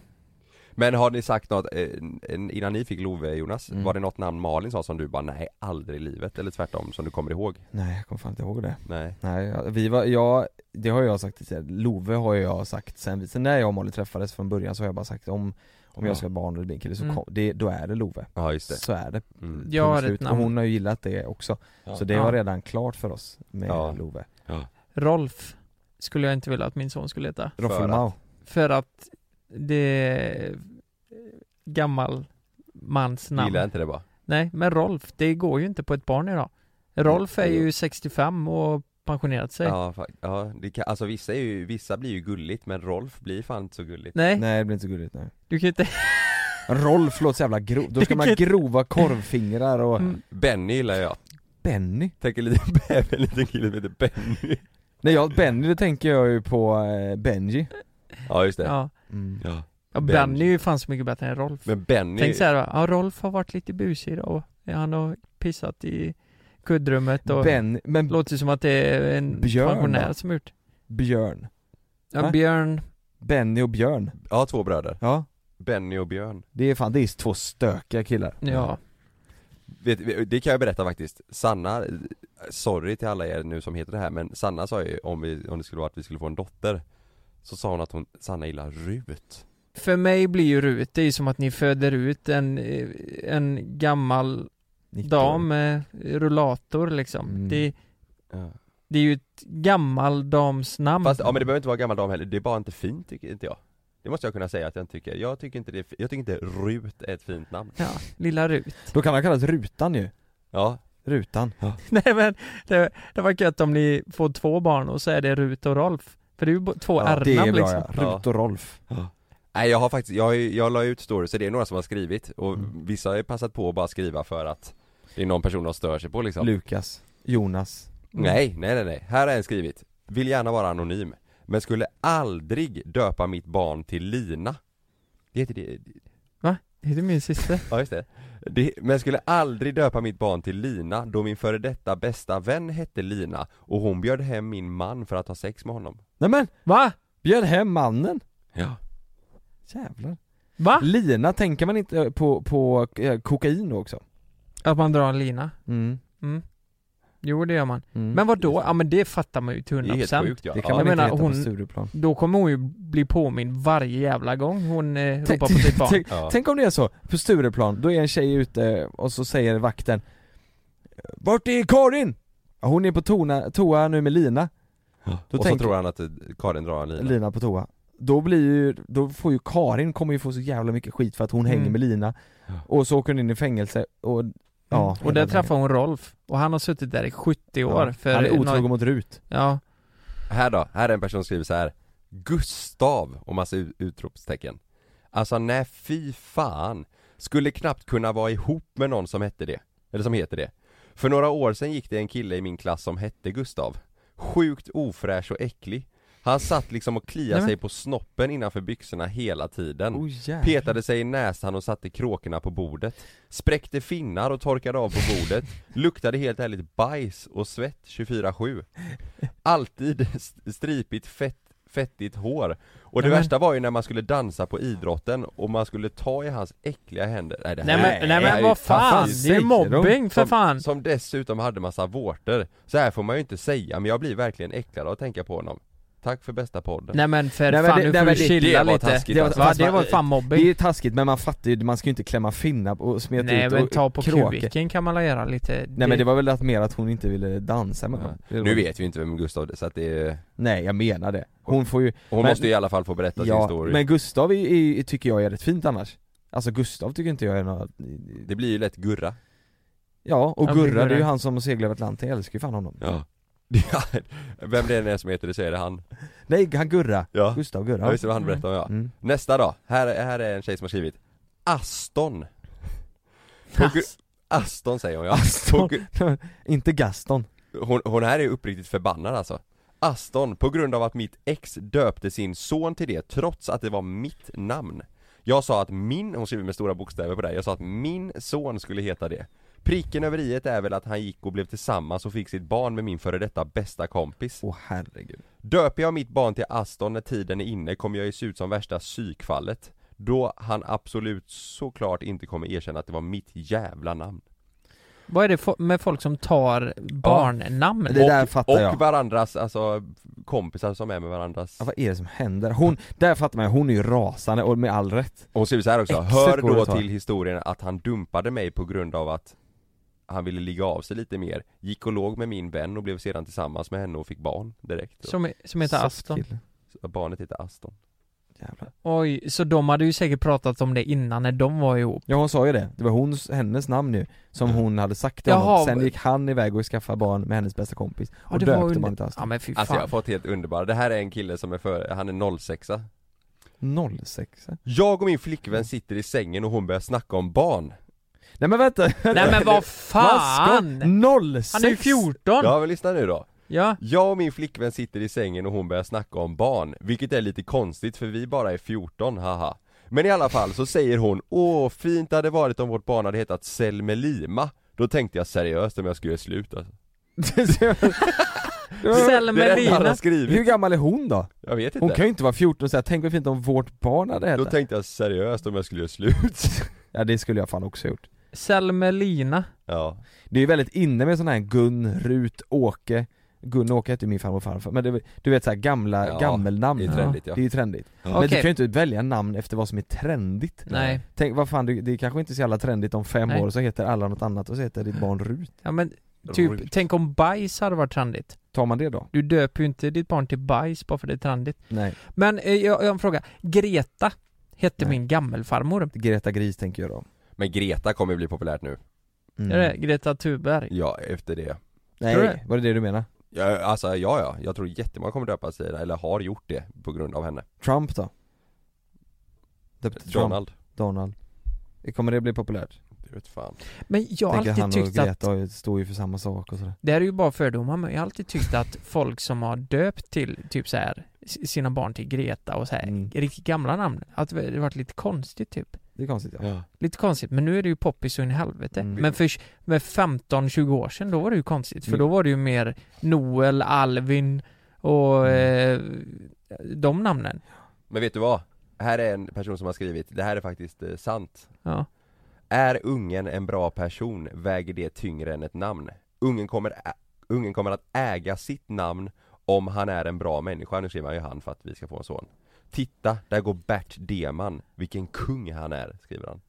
Men har ni sagt något, eh, en- innan ni fick Love Jonas,
Mm.
var det något namn Malin sa som du bara nej, aldrig i livet? Eller tvärtom, som du kommer ihåg?
Nej jag kommer fan inte ihåg det
Nej
Nej, ja, vi var, jag, det har jag sagt tidigare, Love har jag sagt sen, vi- sen när jag och Molly träffades från början så har jag bara sagt om, om
Ja.
jag ska ha barn eller bli en kille så
Mm.
kom, det, då är det Love
Ja just det
Så är det,
mm.
Jag
punkt
har ett
slut. Och
namn,
hon har ju gillat det också,
Ja.
så det
Ja.
var redan klart för oss med
Ja.
Love
Rolf Skulle jag inte vilja att min son skulle heta
Roffelmau,
För att det är gammal mans
Gillar
namn
jag inte det bara?
Nej, men Rolf, det går ju inte på ett barn idag Rolf är ju 65 och pensionerat sig.
Ja, fa- ja det kan, alltså vissa är ju, vissa blir ju gulligt men Rolf blir fan inte så gulligt
Nej.
Nej det blir inte så gulligt nej
Du kan ju inte...
Rolf låter så jävla grov, då ska man ha
Vilket-
grova korvfingrar och
Mm.
Benny gillar jag
Benny?
Tänker lite bäver, en liten kille som heter Benny
Nej jag, Benny då tänker jag ju på eh, Benji
Ja just det
Ja.
Mm.
Ja.
Ja,
Benji.
Benny är ju fan så mycket bättre än Rolf.
Men Benny
Tänk såhär, va, ja Rolf har varit lite busig idag. Han har pissat i kuddrummet och
Ben, men
låter ju som att det är en
Björn,
pensionär
va?
som gjort.
Björn
Ja,
Va?
Björn.
Benny och Björn
Ja, två bröder
Ja,
Benny och Björn
det är fan, det är två stökiga killar
Ja.
Vet, det kan jag berätta faktiskt, Sanna, eh, sorry till alla er nu som heter det här men Sanna sa ju om, vi, om det skulle vara att vi skulle få en dotter Så sa hon att hon, Sanna gillar Rut
För mig blir ju Rut, det är ju som att ni föder ut en, eh, en gammal dam med rullator liksom.
Mm.
Det,
ja.
det är ju ett gammaldamsnamn.
Fast, ja men det behöver inte vara gammal dam heller, det är bara inte fint tycker inte jag Det måste jag kunna säga att jag inte tycker, jag tycker inte det är, fi- jag tycker inte Rut är ett fint namn
Ja, lilla Rut.
Då kan han kallas Rutan ju,
Ja,
Rutan
Nej men, det, det var gött om ni får två barn och så är det Rut och Rolf. För det är ju bo- två
Ja,
Det
R-namn
är bra
liksom.
ja, Rut och Rolf
nej jag har faktiskt, jag, har ju- jag la ut stories, så det är några som har skrivit och vissa har ju passat på att bara skriva för att det är någon person de stör sig på liksom
Lukas, Jonas
Nej, nej, nej, nej. Här har en skrivit. Vill gärna vara anonym, men skulle aldrig döpa mitt barn till Lina. Det heter det.
Va? Det är min syster.
Ja, just det. det. Men skulle aldrig döpa mitt barn till Lina då min före detta bästa vän hette Lina och hon bjöd hem min man för att ha sex med honom.
Nej men,
Va?
bjöd hem mannen
Ja.
Jävlar
Va?
Lina tänker man inte på, på eh, kokain då också?
Att man drar en lina.
Mm.
Mm. Jo det gör man.
Mm.
Men vad då? Ja men det fattar man ju till
Det är helt
100%.
sjukt ja.
det kan
ja.
man
Jag
inte
menar,
heta
hon-
på Stureplan
Då kommer hon ju bli påmind varje jävla gång hon eh, ropar på sitt barn.
tänk,
Ja.
tänk om det är så, på Stureplan, då är en tjej ute och så säger vakten Vart är Karin? Ja, Hon är på tona, toa nu med Lina, Då
och
tänker-
så tror han att eh, Karin drar en Lina.
Lina på toa Då blir ju, då får ju Karin, kommer ju få så jävla mycket skit för att hon
Mm.
hänger med Lina Och så åker hon in i fängelse och, ja
Mm. och där träffar hon Rolf. Och han har suttit där i 70 år. För
Han är otrogen
någon-
mot Rut
Ja.
Här då, här är en person som skriver så här Gustav och massa ut- utropstecken Alltså nej fy fan Skulle knappt kunna vara ihop med någon som hette det Eller som heter det För några år sedan gick det en kille i min klass som hette Gustav Sjukt ofräsch och äcklig Han satt liksom och
Nej,
kliade
men-
sig på snoppen innanför byxorna hela tiden
oh, jävlar.
Petade sig i näsan och satte kråkorna på bordet Spräckte finnar och torkade av på bordet Luktade helt ärligt bajs och svett 24-7 Alltid st- stripigt fett, fettigt hår Och det
Nej, men-
värsta var ju när man skulle dansa på idrotten och man skulle ta i hans äckliga händer Nej, det här
Nej
är-
men, nej,
det här
men
är
vad
ju
fan,
fantastiskt.
det är ju
säger de?
mobbing för
Som-
fan.
Som dessutom hade massa vårtor Så här får man ju inte säga men jag blir verkligen äcklad av att tänka på honom Tack för bästa podden
Nej men för
Nej, men
fan,
det-
nu
nej,
får
men
du
det-
chilla
det var
lite.
taskigt,
Det var,
alltså.
va,
Fast
det
man-
var ju fan
Det är
mobbing.
ju taskigt men man fattar ju, man ska ju inte klämma finnar och smeta
Nej
ut
men
och
ta på
kråkor.
kubiken kan man la göra lite.
Nej men det var väl att mer att hon inte ville dansa med honom
Nu vet vi inte vem Gustav är så att det är...
Nej jag menar det, hon får ju
Hon
Men-
måste ju i alla fall få berätta sin
Ja,
story
men Gustav är, är, tycker jag är rätt fint annars Alltså Gustav tycker inte jag är något
Det blir ju lätt Gurra
Ja, och
Ja, men
Gurra det är ju
Gurra.
han som seglar över Atlanten, jag älskar ju fan honom
Ja Vem det än är som heter det så är det han
Nej, han Gurra,
Ja,
Gustav Gurra
ja just det, han berättade om ja
Mm.
Nästa då, här, här är en tjej som har skrivit Aston På gru- Aston säger hon ja På
Aston,
gru-
inte Gaston
hon, hon här är uppriktigt förbannad alltså Aston, på grund av att mitt ex döpte sin son till det trots att det var mitt namn Jag sa att min, hon skriver med stora bokstäver på det här, jag sa att min son skulle heta det Pricken över iet är väl att han gick och blev tillsammans och fick sitt barn med min före detta bästa kompis
Åh herregud
Döper jag mitt barn till Aston när tiden är inne kommer jag ju se ut som värsta psykfallet Då han absolut såklart inte kommer erkänna att det var mitt jävla namn
Vad är det fo- med folk som tar barnnamn?
Det där fattar
Och
jag
varandras, alltså kompisar som är med varandras
ja, Vad är det som händer? Hon, där fattar man ju, hon är ju rasande och med all rätt
Och hon skriver så här också,
Exet
hör
går det
då
att ta.
till historien att han dumpade mig på grund av att han ville ligga av sig lite mer, gick och låg med min vän och blev sedan tillsammans med henne och fick barn direkt.
typ.
Som, som heter Aston.
Saftkille.
Så barnet heter Aston.
Oj, så de hade ju säkert pratat om det innan när de var ihop.
Ja hon sa ju det, det var hon, hennes namn nu som hon hade sagt till
Mm. Jaha.
honom. Sen gick han iväg och skaffade barn med hennes bästa kompis och
det var
döpte
under-
barnet till Astrid.
Ja, men fy
Alltså jag har
fan.
fått helt underbara, det här är en kille som är för, han är 06
06
Jag och min flickvän sitter i sängen och hon börjar snacka om barn
Nej men vänta!
Nej men vad fan!
Noll
Han är 14!
Ja men lyssna nu då
Ja.
Jag och min flickvän sitter i sängen och hon börjar snacka om barn, vilket är lite konstigt för vi bara är 14, haha Men i alla fall så säger hon 'Åh, fint det hade varit om vårt barn hade hetat Selmelima' Då tänkte jag seriöst om jag skulle göra slut alltså. Det är det han har
Selmerina.
skrivit.
Hur gammal är hon då?
Jag vet inte
Hon kan ju inte vara 14 och säga 'Tänk vad fint om vårt barn hade
Då
hetat'
tänkte jag seriöst om jag skulle göra slut
Ja det skulle jag fan också ha gjort
Selmelina.
Ja
Det är ju väldigt inne med sådana här Gun, Rut, Åke Gun och Åke hette ju min farmor och farfar, men det, du vet såhär gamla,
Ja,
gammelnamn
det är trendigt, ja.
Det är ju trendigt
Ja.
Men du
Okej.
kan ju inte välja namn efter vad som är trendigt
Nej.
Tänk vad fan, det, det är kanske inte så jävla trendigt om fem
Nej.
år så heter alla något annat och så heter ditt barn Rut
Ja men typ, tänk om bajs hade varit trendigt.
Tar man det då?
Du döper ju inte ditt barn till bajs bara för det är trendigt.
Nej
Men eh, jag, jag har en fråga. Greta hette
Nej. Mm.
min gammelfarmor.
Greta Gris tänker jag då
Men Greta kommer ju bli populärt nu
Mm.
Är det Greta Thunberg?
Ja, efter det
Tror du
Nej,
det?
var det det du menar?
ja, Alltså ja, ja, jag tror jättemånga kommer döpa sig eller har gjort det på grund av henne
Trump då? Döpte Trump.
Donald
Donald Kommer det bli populärt?
Det vet fan
Men jag har
Tänker
alltid
han och
tyckt att
Greta att... står ju för samma sak och sådär
Det här är ju bara fördomar, men jag har alltid tyckt att folk som har döpt till typ så här s- sina barn till Greta och så här
Mm.
riktigt gamla namn, att det har varit lite konstigt typ.
Det är konstigt ja,
Lite konstigt, men nu är det ju poppis så in i helvete.
Mm.
Men för med 15-20 år sedan, då var det ju konstigt,
Mm.
för då var det ju mer Noel, Alvin och
Mm.
eh, de namnen.
Men vet du vad? Här är en person som har skrivit, det här är faktiskt eh, sant
Ja.
Är ungen en bra person väger det tyngre än ett namn Ungen kommer, ä- ungen kommer att äga sitt namn om han är en bra människa, nu skriver han ju han för att vi ska få en son Titta, där går Bert Deman, vilken kung han är, skriver han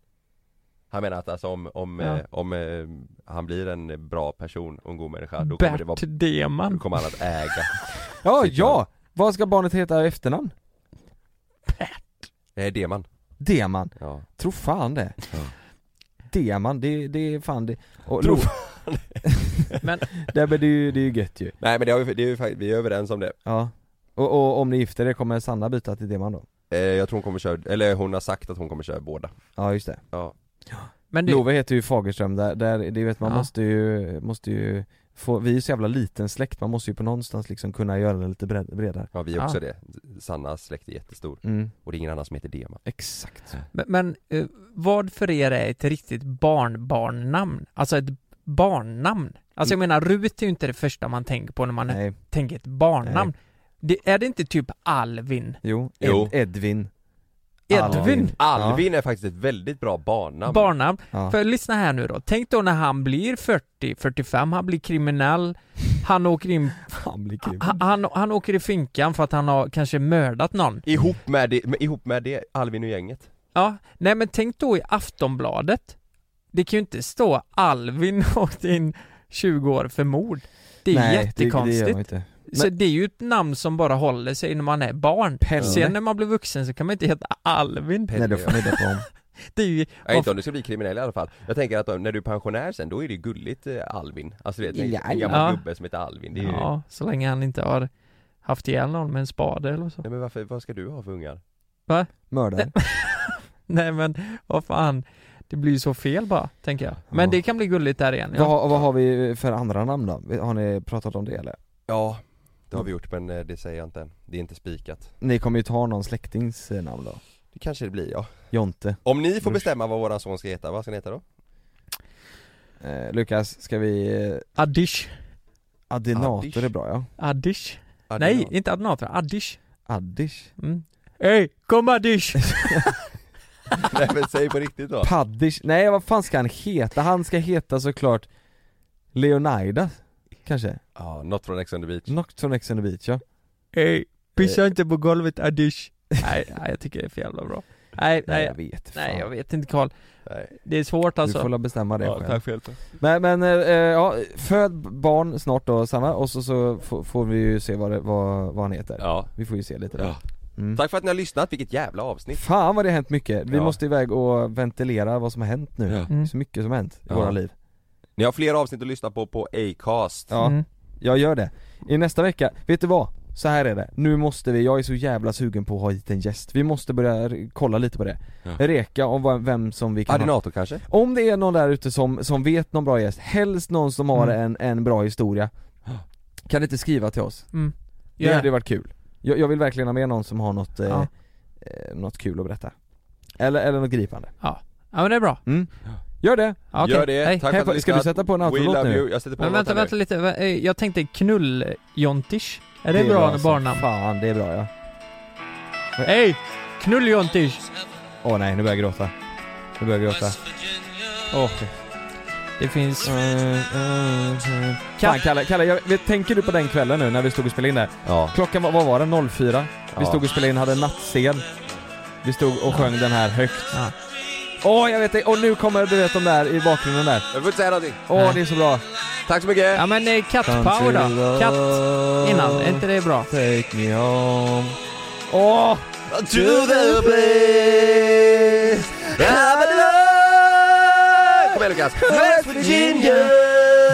Han menar att alltså om, om,
Ja.
eh, om eh, han blir en bra person och en god människa då kommer det vara,
Bert
då
Deman.
kommer han att äga
ja! ja. Vad ska barnet heta i efternamn?
Nej, Eh, Deman
Deman,
Ja,
tro fan det
Ja.
Deman, det, det är fan det och,
Tro
Lo-
Men
Nej men det är ju, det är ju gött ju
Nej men det har vi, det är, ju fakt- vi är överens om det
Ja och, och om ni gifter er kommer Sanna byta till Deman då?
Eh, jag tror hon kommer köra, eller hon har sagt att hon kommer köra båda
Ja just det
Ja,
men du,
Love heter ju Fagerström där, där det vet man
Ja.
måste ju, måste ju få, vi är ju så jävla liten släkt, man måste ju på någonstans liksom kunna göra det lite bred, bredare
ja vi är
Ja.
också det. Sannas släkt är jättestor
mm.
och det är ingen annan som heter Dema
Exakt
men, men eh, vad för er är ett riktigt barnbarnnamn? Alltså ett barnnamn? Alltså jag menar, Rut är ju inte det första man tänker på när man
Mm. Nej,
tänk ett barnnamn. Det, är det inte typ Alvin?
jo, Ed,
Jo.
Edvin
Edvin?
Alvin är faktiskt ett väldigt bra barnnamn
Barnnamn.
Ja.
För lyssna här nu då. Tänk då när han blir 40, 45, han blir kriminell, han åker in,
Han blir kul
han, han, han åker i finkan för att han har kanske mördat någon.
Ihop med det, med, ihop med det, Alvin och gänget
Ja, nej men tänk då i Aftonbladet. Det kan ju inte stå Alvin åkte in 20 år för mord. Det är
Nej,
jättekonstigt.
Det, det gör man inte.
Så det är ju ett namn som bara håller sig när man är barn.
Pelle.
Sen när man blir vuxen så kan man inte heta Alvin.
Pelle,
Nej då får ni döpa om.
Det är ju
ja, inte om du ska bli kriminell i alla fall Jag tänker att om, när du är pensionär sen, då är det gulligt eh, Alvin Alltså du vet, en, en gammal
Ja.
gubbe som heter Alvin, det är ju
Ja, så länge han inte har haft ihjäl någon med en spade eller så.
Nej men varför, vad ska du ha för ungar?
Mördare.
Nej men vad fan, det blir ju så fel bara, tänker jag. Men
Ja.
det kan bli gulligt där igen.
Vad,
Ja.
har- vad har vi för andra namn då? Har ni pratat om det eller?
Ja, det har vi gjort men eh, det säger jag inte än, det är inte spikat
Ni kommer ju ta någon släktings eh, namn då?
Det kanske det blir ja
Jonte.
Om ni får
Usch.
bestämma vad våran son ska heta, vad ska han heta då?
Eh, Lukas, ska vi... Eh,
Addish.
Adenator
Addish.
är bra ja.
Addish. Nej, inte adnator. Addish.
Addish.
Mm. Hej, kom Addish!
Nej men säg på riktigt då
Paddish. Nej vad fan ska han heta? Han ska heta såklart Leonidas. Kanske?
Ja, något från Ex on the beach
Knocked on Ex on the beach ja.
Hej, pissa inte på golvet Addish. nej, nej, jag tycker det är för jävla bra. Nej,
Nej
nej,
jag vet fan.
nej jag vet inte Karl.
Nej.
Det är svårt
Du
alltså.
får la bestämma det själv.
för hjälpen
Men, men eh, eh, ja, föd barn snart då Sanna och så, så får, får vi ju se vad, det, vad, vad han heter.
Ja
Vi får ju se lite där.
Ja. Tack för att ni har lyssnat, vilket jävla avsnitt!
Fan vad det har hänt mycket, vi
Ja.
måste iväg och ventilera vad som har hänt nu,
Ja.
Det är så mycket som har hänt i
Ja.
våra liv
Ni har fler avsnitt att lyssna på på Acast
Ja, jag gör det. I nästa vecka, vet du vad? Så här är det, nu måste vi, jag är så jävla sugen på att ha hit en gäst, vi måste börja r- kolla lite på det
Ja.
Reka om vad- vem som vi kan
Adinator
ha.
kanske?
Om det är någon där ute som, som vet någon bra gäst, helst någon som har
Mm.
en, en bra historia Kan ni inte skriva till oss?
Mm.
Det
Gör
hade
det.
ju varit kul jag, jag vill verkligen ha med någon som har något, eh,
Ja.
eh, något kul att berätta Eller, eller något gripande
Ja. ja, men det är bra.
Mm. Gör det!
Ja, okej.
Gör det,
Hej.
tack
Hej,
för att ni
ska du
lyssnat.
sätta på en
We
outro-låt
love
nu?
you. Jag sätter på
Men
en låt
vänta,
här
vänta
nu.
lite. Va- eh, Jag tänkte knulljontish. Är det, bra, bra
som
barnnamn?
alltså. Fan, det är bra ja
Hej! Knulljontish!
Åh nej, nu börjar jag gråta. Nu börjar jag gråta. Åh.
Det finns...
Fan Kalle, Kalle jag, vet- tänker du på den kvällen nu när vi stod och spelade in där?
Ja.
Klockan var, vad var den? 04? Vi
Ja.
stod och spelade in, hade en nattscen. Vi stod och sjöng den här högt.
Åh,
jag vet det. Och nu kommer du vet de där i bakgrunden där.
Jag får inte säga någonting!
Åh,
Nej.
det är så bra.
Tack så mycket!
Ja men eh, kattpower då. Katt innan, är inte det bra?
Take me home. Ah. Åh!
To the place I belong Kom igen Lukas! West Virginia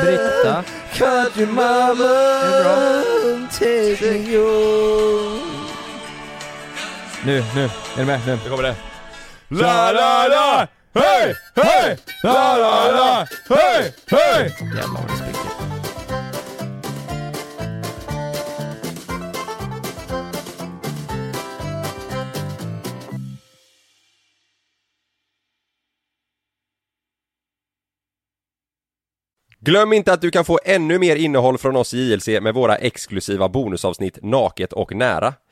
Britta.
Country mama Take me home
Nu, nu. Är du med? Nu.
Nu kommer det.
La la la! Hej! Hej! La la la! Hej! Hej!
Jävlar vad det spricker.
Glöm inte att du kan få ännu mer innehåll från oss i JLC med våra exklusiva bonusavsnitt Naket och nära.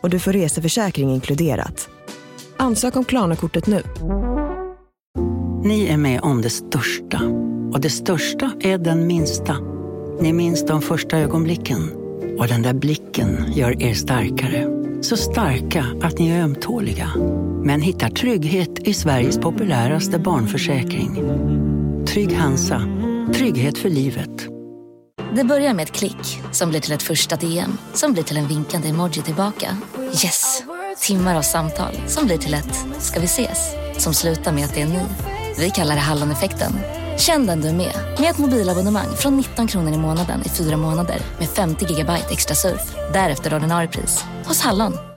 och du får reseförsäkring inkluderat. Ansök om Klarna-kortet nu.
Ni är med om det största. Och det största är den minsta. Ni minns de första ögonblicken. Och den där blicken gör er starkare. Så starka att ni är ömtåliga. Men hittar trygghet i Sveriges populäraste barnförsäkring. Trygg Hansa. Trygghet för livet.
Det börjar med ett klick som blir till ett första DM som blir till en vinkande emoji tillbaka. Yes! Timmar av samtal som blir till ett “ska vi ses?” som slutar med att det är ni. Vi kallar det Halloneffekten. Känn den du är med, med ett mobilabonnemang från 19 kronor i månaden i fyra månader med 50 gigabyte extra surf. Därefter ordinarie pris, hos Hallon.